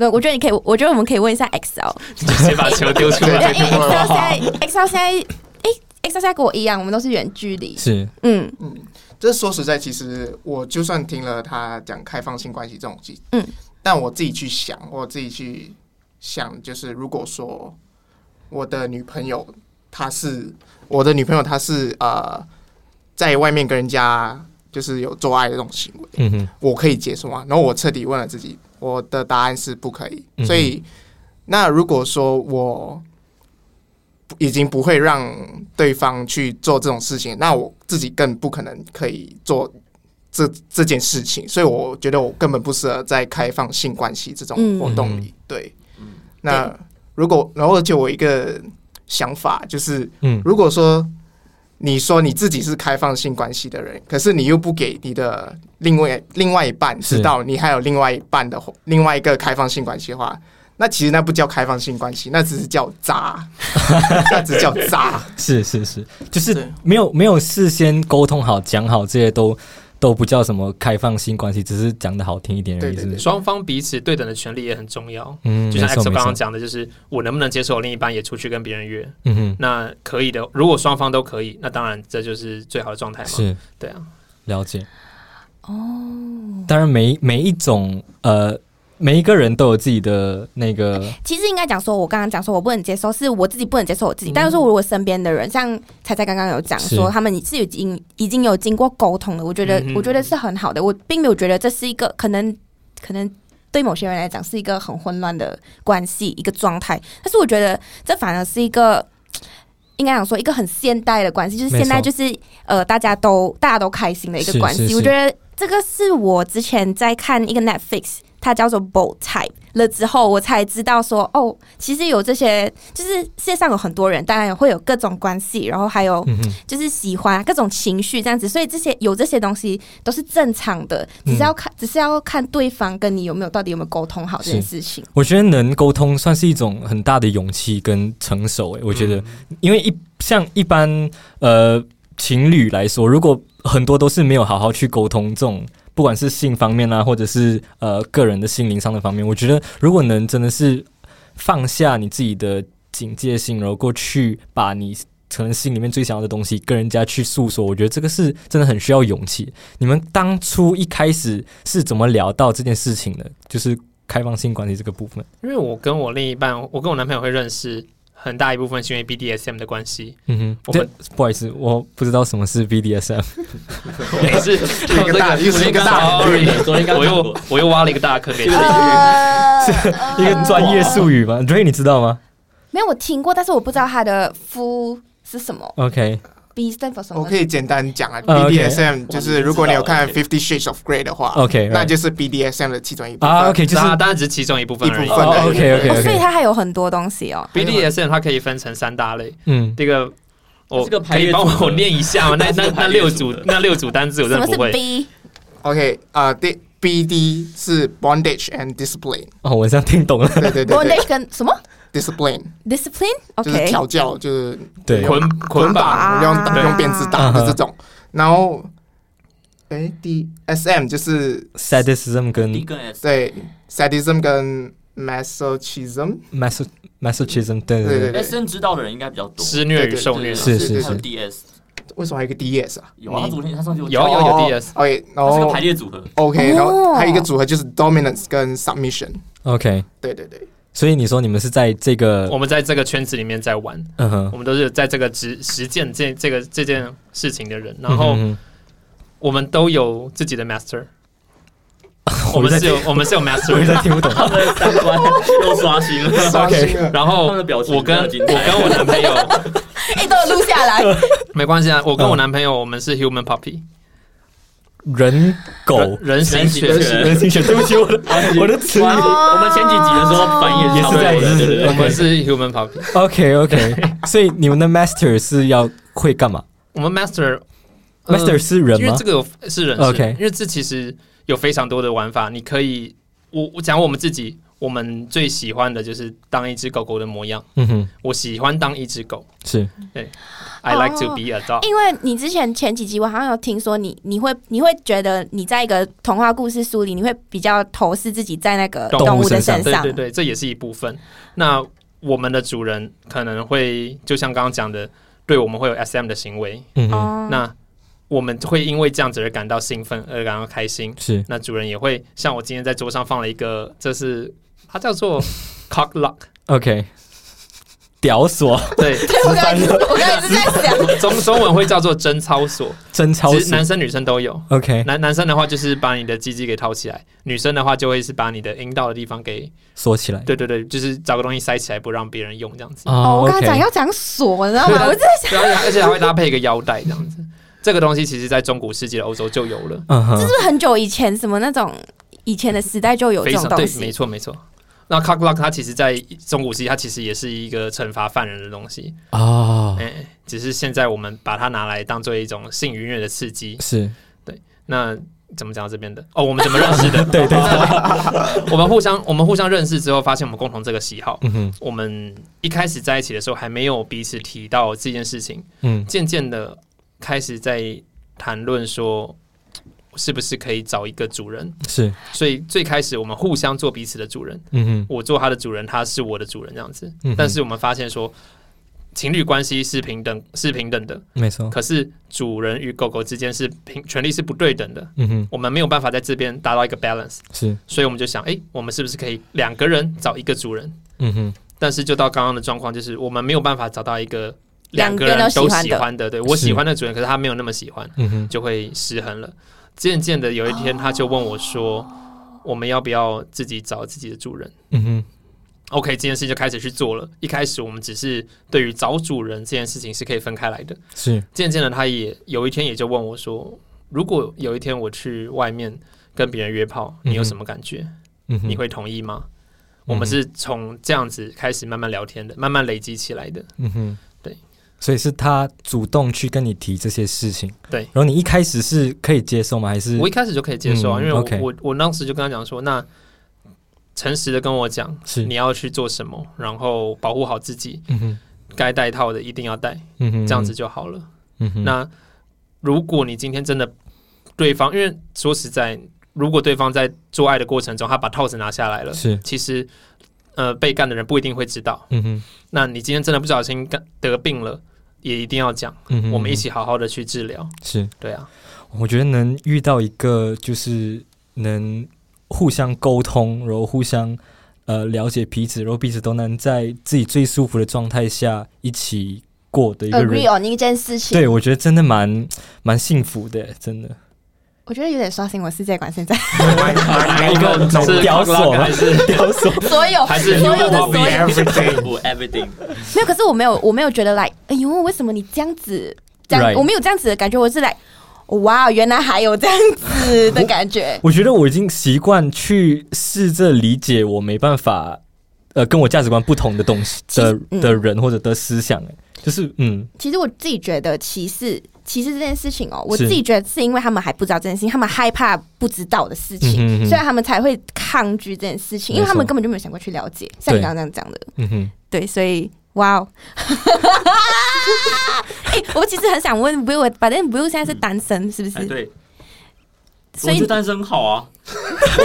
B: 没有，我觉得你可以，我觉得我们可以问一下 XL，
D: 就直接把球丢出
B: 对 因为
D: 来。
B: XL 现在 XL 现在，哎、x l 现在跟我一样，我们都是远距离，
A: 是
B: 嗯，
E: 嗯，这说实在，其实我就算听了他讲开放性关系这种技，
B: 嗯，
E: 但我自己去想，我自己去想，就是如果说我的女朋友她是我的女朋友，她是呃，在外面跟人家就是有做爱的这种行为，
A: 嗯哼，
E: 我可以接受吗？然后我彻底问了自己，我的答案是不可以。
A: 嗯哼
E: 所以，那如果说我已经不会让对方去做这种事情，那我自己更不可能可以做这这件事情。所以，我觉得我根本不适合在开放性关系这
A: 嗯
E: 种活动里。对，那如果然后而且我一个想法就是，
A: 嗯
E: 如果说你说你自己是开放性关系的人，可是你又不给你的另外另外一半
A: 是
E: 知道你还有另外一半的另外一个开放性关系的话，那其实那不叫开放性关系，那只是叫渣，那只叫渣。
A: 是是是，就是
E: 对
A: 没有没有事先沟通好、讲好这些都都不叫什么开放性关系，只是讲的好听一点而已，
E: 对对
A: 是不是？
D: 双方彼此对等的权利也很重要。
A: 嗯，
D: 就像
A: 没错
D: X 刚刚
A: 没错
D: 讲的，就是我能不能接受我另一半也出去跟别人约？
A: 嗯哼，
D: 那可以的，如果双方都可以，那当然这就是最好的状态嘛。
A: 是
D: 对啊，
A: 了解。
B: 哦，
A: 当然每，每一种呃，每一个人都有自己的那个，
B: 其实应该讲说，我刚刚讲说我不能接受，是我自己不能接受我自己。但是说，如果身边的人，像彩彩刚刚有讲
A: 嗯是
B: 说，他们是已经已经有经过沟通了，我觉得、
D: 嗯哼
B: 我觉得是很好的。我并没有觉得这是一个可能可能对某些人来讲是一个很混乱的关系一个状态，但是我觉得这反而是一个。应该讲说一个很现代的关系，就是
A: 没错
B: 现在就是呃，大家都大家都开心的一个
A: 是
B: 关系。
A: 是
B: 我
A: 是
B: 觉得这个是我之前在看一个 Netflix，它叫做 Bold Type 了之后，我才知道说哦，其实有这些，就是世界上有很多人，当然也会有各种关系，然后还有
A: 嗯哼，
B: 就是喜欢各种情绪这样子，所以这些有这些东西都是正常的，
A: 嗯
B: 只是要看，只是要看对方跟你有没有到底有没有沟通好这件事 情。
A: 我觉得能沟通算是一种很大的勇气跟成熟、欸。我觉得，因为一像一般呃情侣来说，如果很多都是没有好好去沟通这种。不管是性方面啦、啊或者是呃个人的心灵上的方面，我觉得如果能真的是放下你自己的警戒性，然后过去把你可能心里面最想要的东西跟人家去诉说，我觉得这个是真的很需要勇气。你们当初一开始是怎么聊到这件事情的？就是开放性管理这个部分。
D: 因为我跟我另一半，我跟我男朋友会认识，很大一部分是因为 BDSM 的关 系。
A: 嗯
D: 我
A: 哼，
D: 们
A: 这不好意思，我不知道什么是 BDSM。
D: 也是
E: 一个大又是一个大
D: Sorry，
C: 昨天刚
D: 我
C: 讲
D: 又
C: 过
D: 我又挖了一个大坑 给自己。
E: 啊
B: 呃，
A: 一个专业术语 吗 r a y 你知道吗
B: 没有我听过，但是我不知道它的 full 是什么
A: ？OK，
B: ，B stand for 什
E: 我
B: 么
E: 可以简单讲啊
A: 呃，OK
E: ，BDSM 就是如果你有看《Fifty Shades of Grey》的话
A: OK，
E: 那
A: right
E: 就是 BDSM 的其中一部分
A: 啊，OK，就是
D: 那当然只是其中一部分
E: 一
D: 而
E: 部
D: 已。
E: 分
A: 哦
E: 的。
A: ，OK，OK，OK
B: 哦，所以它还有很多东西哦。
D: BDSM 它可以分成三大类，
A: 嗯，
D: 这个我
C: 这个排
D: 可
C: 列组
D: 以帮
C: 合
D: 我念一下吗？那那
C: 这个排
D: 那
C: 列
D: 六
C: 组
D: 组
C: 合
D: 那六组单字我
B: 什
D: 真
B: 么
D: 的
B: 是
D: 不会。
B: B？
E: OK，啊，第 BD 是 bondage and discipline，
A: 哦，我这样听懂了。
E: 对对对
B: b o n d
E: 对
B: a 跟什么
E: ，discipline
B: discipline？OK，、
E: 就是调教，就是
A: 对，
D: 捆捆
E: 捆
D: 绑
E: 绑，用打
B: 对
E: 用鞭子打的这种。然后，哎，D S M 就是
A: sadism 跟
C: 一跟 S，
E: 对 sadism 跟 masochism，
A: mas masochism，对
E: 对
A: 对
E: 对
A: 对，
E: 对。
C: S N 知道的人应该比较多。
D: 施虐与受虐
E: 对对对。
A: 是是
C: 还有
A: 是，
C: D S，
E: 为什么还有一个 D S 啊？
C: 有啊，他昨天他上次
D: 有
C: 讲
D: 有
E: 哦
D: DS
E: OK，然
C: 它是个
E: 后
C: 排列组合。
E: OK，然
B: 哦
E: 后还有一个组合就是 dominance 跟 submission。
A: OK。
E: 对对对，
A: 所以你说你们是在这个
D: 我，们在这个圈子里面在玩，
A: 嗯哼，
D: 我们都是在这个实实践这这个这件事情的人，然后
A: 嗯
D: 我们都有自己的 master，
A: 哼
D: 我
A: 我
D: 们
A: 在
D: 是有我们 是有
A: 我
D: master
A: 在
D: 的，
A: 听不懂。
C: 他们的三观又刷新了，
E: 刷新了
D: 然后
C: 他们的表情
D: 我跟我
C: 比较精彩
D: 跟我男 朋友
B: 哎、都有录下来。
D: 没关系啊，我跟我
A: 嗯哦
D: 男朋友我们是 human puppy
A: 人狗
D: 人人形
C: 人形
D: 犬，
C: 犬
A: 人形犬，对不起，我的 我的词语
C: 哇我们前几集的时候反应也差不多
A: 也是这样子
C: 对对对
D: 我们是 human puppy，
A: OK OK，所以你们的 master 是要会干嘛
D: 我们 master 呃
A: ？master 是人
D: 因为
A: 吗
D: 这？个有是人
A: OK
D: 是因为这其实有非常多的玩法，你可以，我我讲我们自己，我们最喜欢的就是当一只狗狗的模样。
A: 嗯哼，
D: 我喜欢当一只狗
A: 是
D: ，I like
B: 哦
D: to be a dog。
B: 因为你之前前几集我好像有听说你，你会你会觉得你在一个童话故事书里，你会比较投视自己在那个
D: 动物
B: 动物的
A: 身上
B: 身
D: 对
B: 上
D: 对，对，这也是一部分。那我们的主人可能会就像刚刚讲的，对我们会有 SM 的行为，
A: 嗯哼
B: 哦，
D: 那我们会因为这样子而感到兴奋，而感到开心。
A: 是
D: 那主人也会像我今天在桌上放了一个，这是它叫 做 cock lock，
A: OK，屌 锁
D: 对，
B: 对我刚才我刚才一直在 想，
D: 中中文会叫做贞操锁，
A: 真超
D: 其实
A: 死
D: 男生女生都有。
A: OK
D: 男男生的话就是把你的鸡鸡给掏起来，女生的话就会是把你的阴道的地方给，
A: 锁起来
D: 对对对，就是找个东西塞起来，不让别人用这样子。
B: 哦，
A: 哦
B: 我刚才讲
A: OK
B: 要讲锁，你知道吗？我真的
D: 对，啊而且而且还会搭配一个腰带这样子。这个东西其实，在中古世纪的欧洲就有了，
A: 嗯哼
B: 这是不是很久以前什么那种以前的时代就有这
D: 非
B: 种
D: 常
B: 东
D: 对，
B: 西
D: 没？错没错。那 cock lock 它其实，在中古世纪，它其实也是一个惩罚犯人的东西，
A: 哦
D: 哎、只是现在我们把它拿来当做一种性愉悦的刺激。
A: 是
D: 那怎么讲到这边的？哦，我们怎么认 识的？
A: 对对
D: 我们互相我们互相认识之后，发现我们共同这个喜好。
A: 嗯哼
D: 我们一开始在一起的时候，还没有彼此提到这件事情，
A: 嗯
D: 渐渐的开始在谈论说，是不是可以找一个主人。
A: 是
D: 所以最开始我们互相做彼此的主人，
A: 嗯哼
D: 我做他的主人，他是我的主人这样子
A: 嗯哼。
D: 但是我们发现说，情侣关系是平等，是平等的，
A: 没错
D: 可是主人与狗狗之间是平权利是不对等的。
A: 嗯哼
D: 我们没有办法在这边达到一个 balance，
A: 是
D: 所以我们就想，诶，我们是不是可以两个人找一个主人？
A: 嗯哼
D: 但是就到刚刚的状况，就是我们没有办法找到一个
B: 两
D: 两
B: 个
D: 个
B: 人
D: 人
B: 都
D: 都
B: 喜欢的
D: 喜欢的。对我
A: 是
D: 喜欢的主人，可是他没有那么喜欢，
A: 嗯哼
D: 就会失衡了。渐渐的，有一天他就问我说：“我们要不要自己找自己的主人
A: 嗯哼
D: ？”OK，这件事就开始去做了。一开始我们只是对于找主人这件事情是可以分开来的。
A: 是
D: 渐渐的，他也有一天也就问我说：“如果有一天我去外面跟别人约炮，你
A: 嗯
D: 有
A: 哼
D: 什么感觉？
A: 嗯哼
D: 你会同意吗？”我们
A: 嗯
D: 是从这样子开始慢慢聊天的，慢慢累积起来的。
A: 嗯哼，
D: 对，
A: 所以是他主动去跟你提这些事情，
D: 对
A: 然后你一开始是可以接受吗？还是
D: 我一开始就可以接受
A: 嗯
D: 啊，因为我
A: OK
D: 我我当时就跟他讲说，那诚实的跟我讲
A: 是
D: 你要去做什么，然后保护好自己，
A: 嗯哼
D: 该戴套的一定要戴，
A: 嗯哼
D: 这样子，就好了。
A: 嗯哼
D: 那如果你今天真的对方，因为说实在，如果对方在做爱的过程中，他把套子拿下来了，
A: 是
D: 其实呃被干的人不一定会知道。
A: 嗯哼
D: 那你今天真的不小心干得病了，也一定要讲，
A: 嗯哼，
D: 我们一起好好的去治疗。
A: 是，
D: 对啊，
A: 我觉得能遇到一个就是能互相沟通，然后互相。呃，了解彼此，然后彼此都能在自己最舒服的状态下一起过的一个人，
B: agree 哦 on 一件事情，
A: 对我觉得真的蛮蛮幸福的，真的。
B: 我觉得有点刷新我世界观。现在
D: 哪一个是
A: 哎屌啊锁吗
D: 还是
A: 屌锁，
B: 所有
D: 还是
B: 所有的
D: you
B: 所
D: will
B: 有
D: be
C: 不 everything，
B: 没有，可是我没有我没有觉得来，哎呦，为什么你这样子这样
A: Right，
B: 我没有这样子的感觉，我是来。哇，原来还有这样子的感 觉
A: 我觉得我已经习惯去试着理解我没办法，呃，跟我价值观不同的东西
B: 其
A: 的
B: 实、嗯
A: 的人或者的思想，哎就是嗯，
B: 其实我自己觉得歧视歧视这件事情哦，我
A: 是
B: 自己觉得是因为他们还不知道这件事情，他们害怕不知道的事情，
A: 嗯哼嗯哼
B: 所以他们才会抗拒这件事情，因为他
A: 没
B: 们
A: 错
B: 根本就没有想过去了解，像你
A: 对
B: 刚刚这样讲的，
A: 嗯哼，
B: 对，所以哇哦， 哎、我其实很想问 Will，反正 Will 现在是单身，是不是？
C: 哎对，
B: 所
C: 我
B: 以
C: 是单身好啊，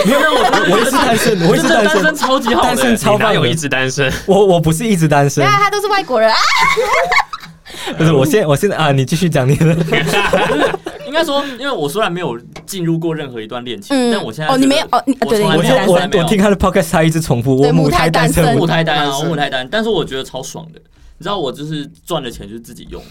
A: 没有，我我一直 单身，我一直
C: 真的
A: 单
C: 单
A: 身
C: 身，超级好的，
A: 单身超
D: 你哪
A: 棒
D: 有一
A: 的，
D: 直单身？
A: 我我不是一直单身
B: 对，啊，他都是外国人啊，
A: 不是，我现在我现在啊，你继续讲你 的，
C: 应该说，因为我虽然没有进入过任何一段恋情，但我现在
B: 哦，你没有哦，你啊
C: 我
B: 对对，
C: 从
A: 我就
B: 你不
C: 来没
A: 是
C: 有
B: 单
A: 我
B: 身，
A: 我听他的 podcast，他一直重复，
B: 对
A: 我
B: 母
A: 胎
B: 胎
A: 单
B: 单身
C: 母
A: 我
C: 胎单啊，
E: 是
C: 我母胎单，但是我觉得超爽的。你知道我就是赚的钱就是自己用，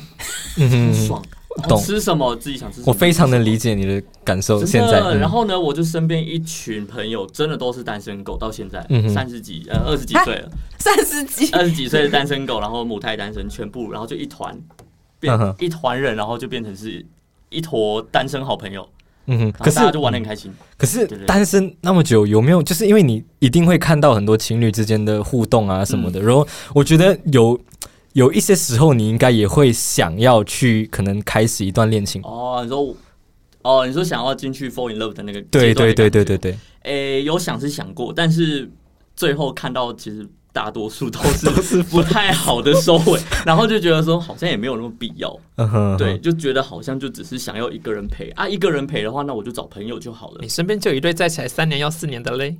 A: 嗯
C: 很
A: 哼，
C: 爽。然后
A: 懂
C: 吃什么自己想吃什么，
A: 我非常能理解你的感受，现
C: 真
A: 在，
C: 的。
A: 嗯
C: 然后呢，我就身边一群朋友，真的都是单身狗，到现在
A: 嗯哼
C: 三十几呃二十几岁了，
B: 三十几，
C: 二十几岁的单身狗，然后母胎单身，全部然后就一团变
A: 嗯哼
C: 一团人，然后就变成是一坨单身好朋友，
A: 嗯哼，
C: 然
A: 可
C: 后
A: 是
C: 大家就玩的很开心。
A: 可是
C: 对对
A: 单身那么久，有没有就是因为你一定会看到很多情侣之间的互动啊什么
C: 嗯
A: 的，然后我觉得有有一些时候你应该也会想要去可能开始一段恋情，
C: 哦，你说我哦，你说想要进去 fall in love 的那个
A: 对对对
C: 阶段的感觉
A: 对对对，
C: 诶，有想是想过，但是最后看到其实大多数都是都是不太好的收尾，然后就觉得说好像也没有那么必要，
A: 嗯哼，
C: 对，，就觉得好像就只是想要一个人陪啊，一个人陪的话，那我就找朋友就好了
D: 你。身边就有一对在一起来三年要四年的嘞，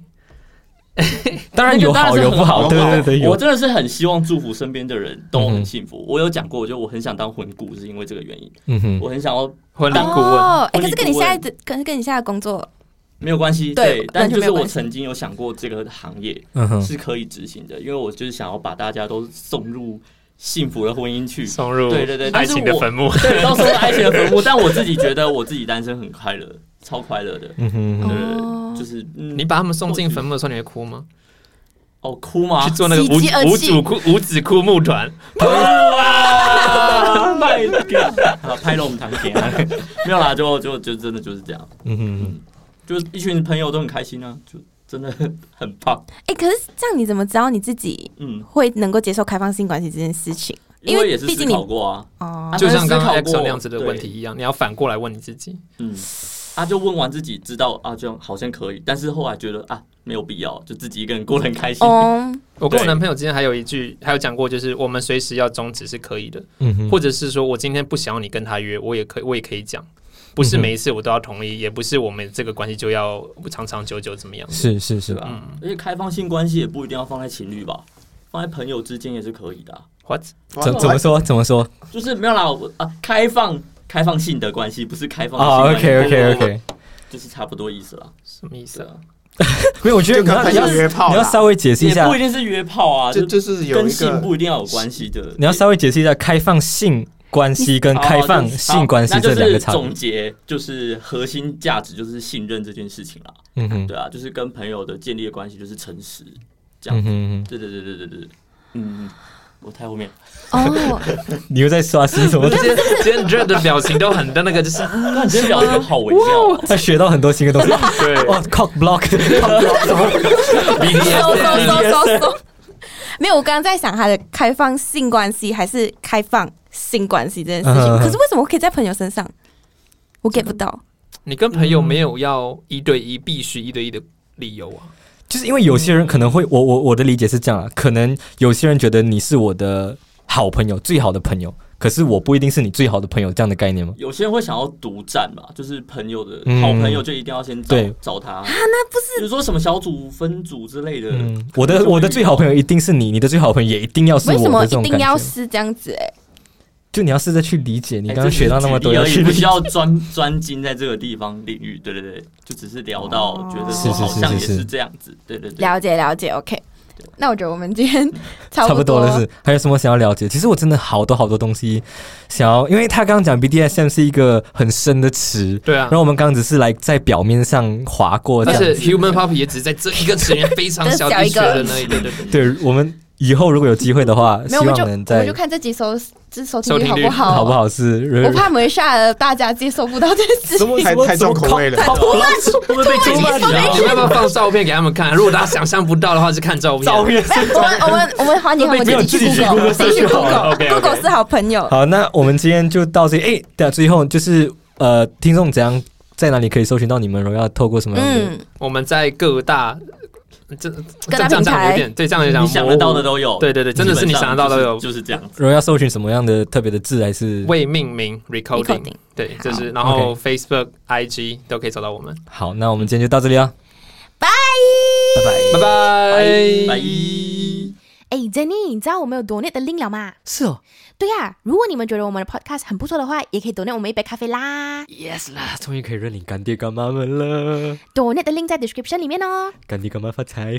A: 当然有好有不好，
E: 那
A: 对
E: 就当然
A: 对
E: 是
A: 对，
C: 我
A: 有，
C: 真的是很希望祝福身边的人都
A: 嗯哼
C: 很幸福。我有讲过，我觉得我很想当魂骨，是因为这个原因。
A: 嗯哼，
C: 我很想要，
D: 婚礼顾问，
B: 哦，哎、可是跟你
C: 婚礼顾问
B: 现在的跟跟你现在的工作，
C: 没有关系，
B: 对
C: 对
B: 完全，
C: 但就
B: 没
C: 是
B: 有
C: 我
B: 关系
C: 曾经有想过这个行业
A: 嗯哼，
C: 是可以执行的，因为我就是想要把大家都送入幸福的婚姻去。
D: 送入
C: 对对对
D: 爱情的坟墓。
C: 对， 到时候爱情的坟墓。但我自己觉得我自己单身很快乐，超快乐的。
A: 嗯哼，
C: 对，
B: 哦
C: 就是、嗯
D: 你把他们送进坟墓的时候，你会哭吗？
C: 哦哭吗
D: 去？做那个
B: 喜极而
D: 无无
B: 泣
D: 主哭无子哭墓团，
C: 啊， 卖 给啊， 拍了我们堂姐，没有啦，就就就真的就是这样，
A: 嗯哼，
C: 就是一群朋友都很开心啊，就真的很棒。
B: 哎、可是这样你怎么知道你自己
C: 嗯，
B: 会能够接受开放性关系这件事情？因
C: 因
B: 为
C: 为也是
B: 毕
C: 思
B: 竟你
C: 考过啊，
B: 哦
C: 啊，
D: 就像刚刚
C: 但是思
D: X
C: 考过
D: 那样子的问题一样，你要反过来问你自己。
C: 嗯，啊，就问完自己知道啊，这样好像可以，但是后来觉得啊，没有必要，就自己一个人过得很开心。
B: 哦，
D: 我跟
C: 对
D: 我男朋友之间还有一句，还有讲过，就是我们随时要终止是可以的，
A: 嗯哼，
D: 或者是说我今天不想要你跟他约，我也可以，我也可以讲，不是
A: 嗯哼
D: 每一次我都要同意，也不是我们这个关系就要长长久久怎么样。
A: 是是是啦，
D: 嗯
C: 而且开放性关系也不一定要放在情侣吧，放在朋友之间也是可以的啊、
D: ，what？
A: 怎怎么说怎么说
C: 就是没有啦，我啊，开放开放性的关系不是开放性
A: 啊
C: 关系
A: ？OK OK OK，
C: 就是差不多意思啦。
D: 什么意思
C: 对
D: 啊？
C: 啊，
A: 没有，我觉得
E: 就
A: 你
E: 跟
A: 要
E: 朋
A: 你要
E: 友约炮啦
A: 你要稍微解释一
C: 也
A: 下
C: 不一，定是约炮啊，
E: 就
C: 就
E: 就是有
C: 跟
E: 一
C: 性
E: 个
C: 不一定要有关系的。
A: 你要稍微解释一下开放性关系跟
C: 哦
A: 开放
C: 就是
A: 性关系
C: 好
A: 这
C: 那
A: 两
C: 啊就是
A: 个差别
C: 总，结就是核心价值就是信任这件事情啦。
A: 嗯哼，
C: 对啊，就是跟朋友的建立的关系就是诚实，这样
A: 嗯。哼，
C: 对对对对对对，对嗯，嗯我太后面。
B: 哦，
A: 你又在刷新什么？
D: 今天今天 Dread 的表情都很的那个，就是
C: 那你今天表情好微妙啊，
A: 他学到很多新的 东西，
D: 对
A: 哇，cock block，cock block 什么？
B: 收收收收 收。没有，我刚刚在想他的开放性关系还是开放性关系这件事情，
A: 嗯嗯嗯
B: 可是为什么可以在朋友身上，我 get 不到？
D: 你跟朋友没有要一对一，必须一对一的理由啊。
A: 就是因为有些人可能会，我我我的理解是这样啊，可能有些人觉得你是我的好朋友，最好的朋友，可是我不一定是你最好的朋友，这样的概念吗？
C: 有些人会想要独占嘛，就是朋友的
A: 嗯
C: 好朋友就一定要先找
A: 对
C: 找他啊，那不是，比如说什么小组分组之类的，
A: 嗯，我的我的最好朋友一定是你，你的最好朋友也一定要是
B: 为
A: 我
B: 什么
A: 的这
B: 一
A: 种
B: 定
A: 感
B: 要
A: 觉。
B: 是这样子、哎，
A: 就你要试着去理解，你
C: 哎
A: 刚刚学到那么多，
C: 这
A: 要
C: 只是举
A: 去
C: 例而已，不
A: 理
C: 需
A: 解。
C: 要专 专精在这个地方领域。对对对，就只是聊到
B: 哦
C: 觉得
B: 是
C: 说
B: 是是
C: 好像也
A: 是
C: 是这样子。对对对，
B: 了解了解，OK。那我觉得我们今天 差
A: 差不多
B: 多啊
A: 了是，还有什么想要了解？其实我真的好多好多东西想要，因为他刚刚讲 BDSM 是一个很深的词，
D: 对啊
A: 然，后我们刚刚只是来在表面上划
C: 嗯
A: 过，这
D: 但
A: 样
D: 是 Human Puppy 也只是在这一个成员 非常小
B: 这小
D: 的
B: 一
D: 学
B: 个
D: 人而已。对对 对，
A: 对我们以后如果有机会的话，
B: 没
A: 希
B: 有，我们
A: 望
B: 就
A: 能
B: 我
A: 在
B: 们就看这集收这收
D: 收
B: 听率
D: 听
B: 好
D: 率
B: 不好？
A: 好不好是
B: 我怕我们吓得大家接受不到这件事情。
E: 太太重口味了，
C: 会不会被禁止啊？
D: 你们要不要放照片给他们看？如果大家想象不到的话，就看照片。
A: 照片。
B: 我们我们我们还你，我们
A: 没有
B: 自己
A: 自己
B: 去
A: 去
B: Google，
A: Google
B: 自己去
A: 搜就好
B: Google，Google
D: OK，OK
B: 是好朋友。
A: 好，那我们今天就到这里。哎，对啊，最后就是呃，听众怎样在哪里可以搜寻到你们荣耀？透过什么样的？
B: 嗯，
D: 我们在各大这
B: 各
D: 这
B: 大
D: 样这
B: 平
D: 样讲有
B: 台
D: 点对，这样有点
C: 你想得到的都有，
D: 对对对真的是你想得到的都有
C: 基本上就是就是这样。
A: 荣耀搜寻什么样的特别的字还是？
D: 未命名
B: Recording
D: recording，对，就是然后 Facebook、IG 都可以找到我们。
A: 好，那我们今天就到这里啊了，
B: 拜。
A: 拜拜。
D: 拜拜
C: 拜。
B: 哎，Jenny，你知道我们有 donate 的 link 了吗？
A: 是哦，
B: 对呀、如果你们觉得我们的 podcast 很不错的话，也可以 donate 我们一杯咖啡啦。
A: ，yes 啦，终于可以认领干爹干妈们了，
B: donate 的 link 在 description 里面哦。
A: 干爹干妈发财，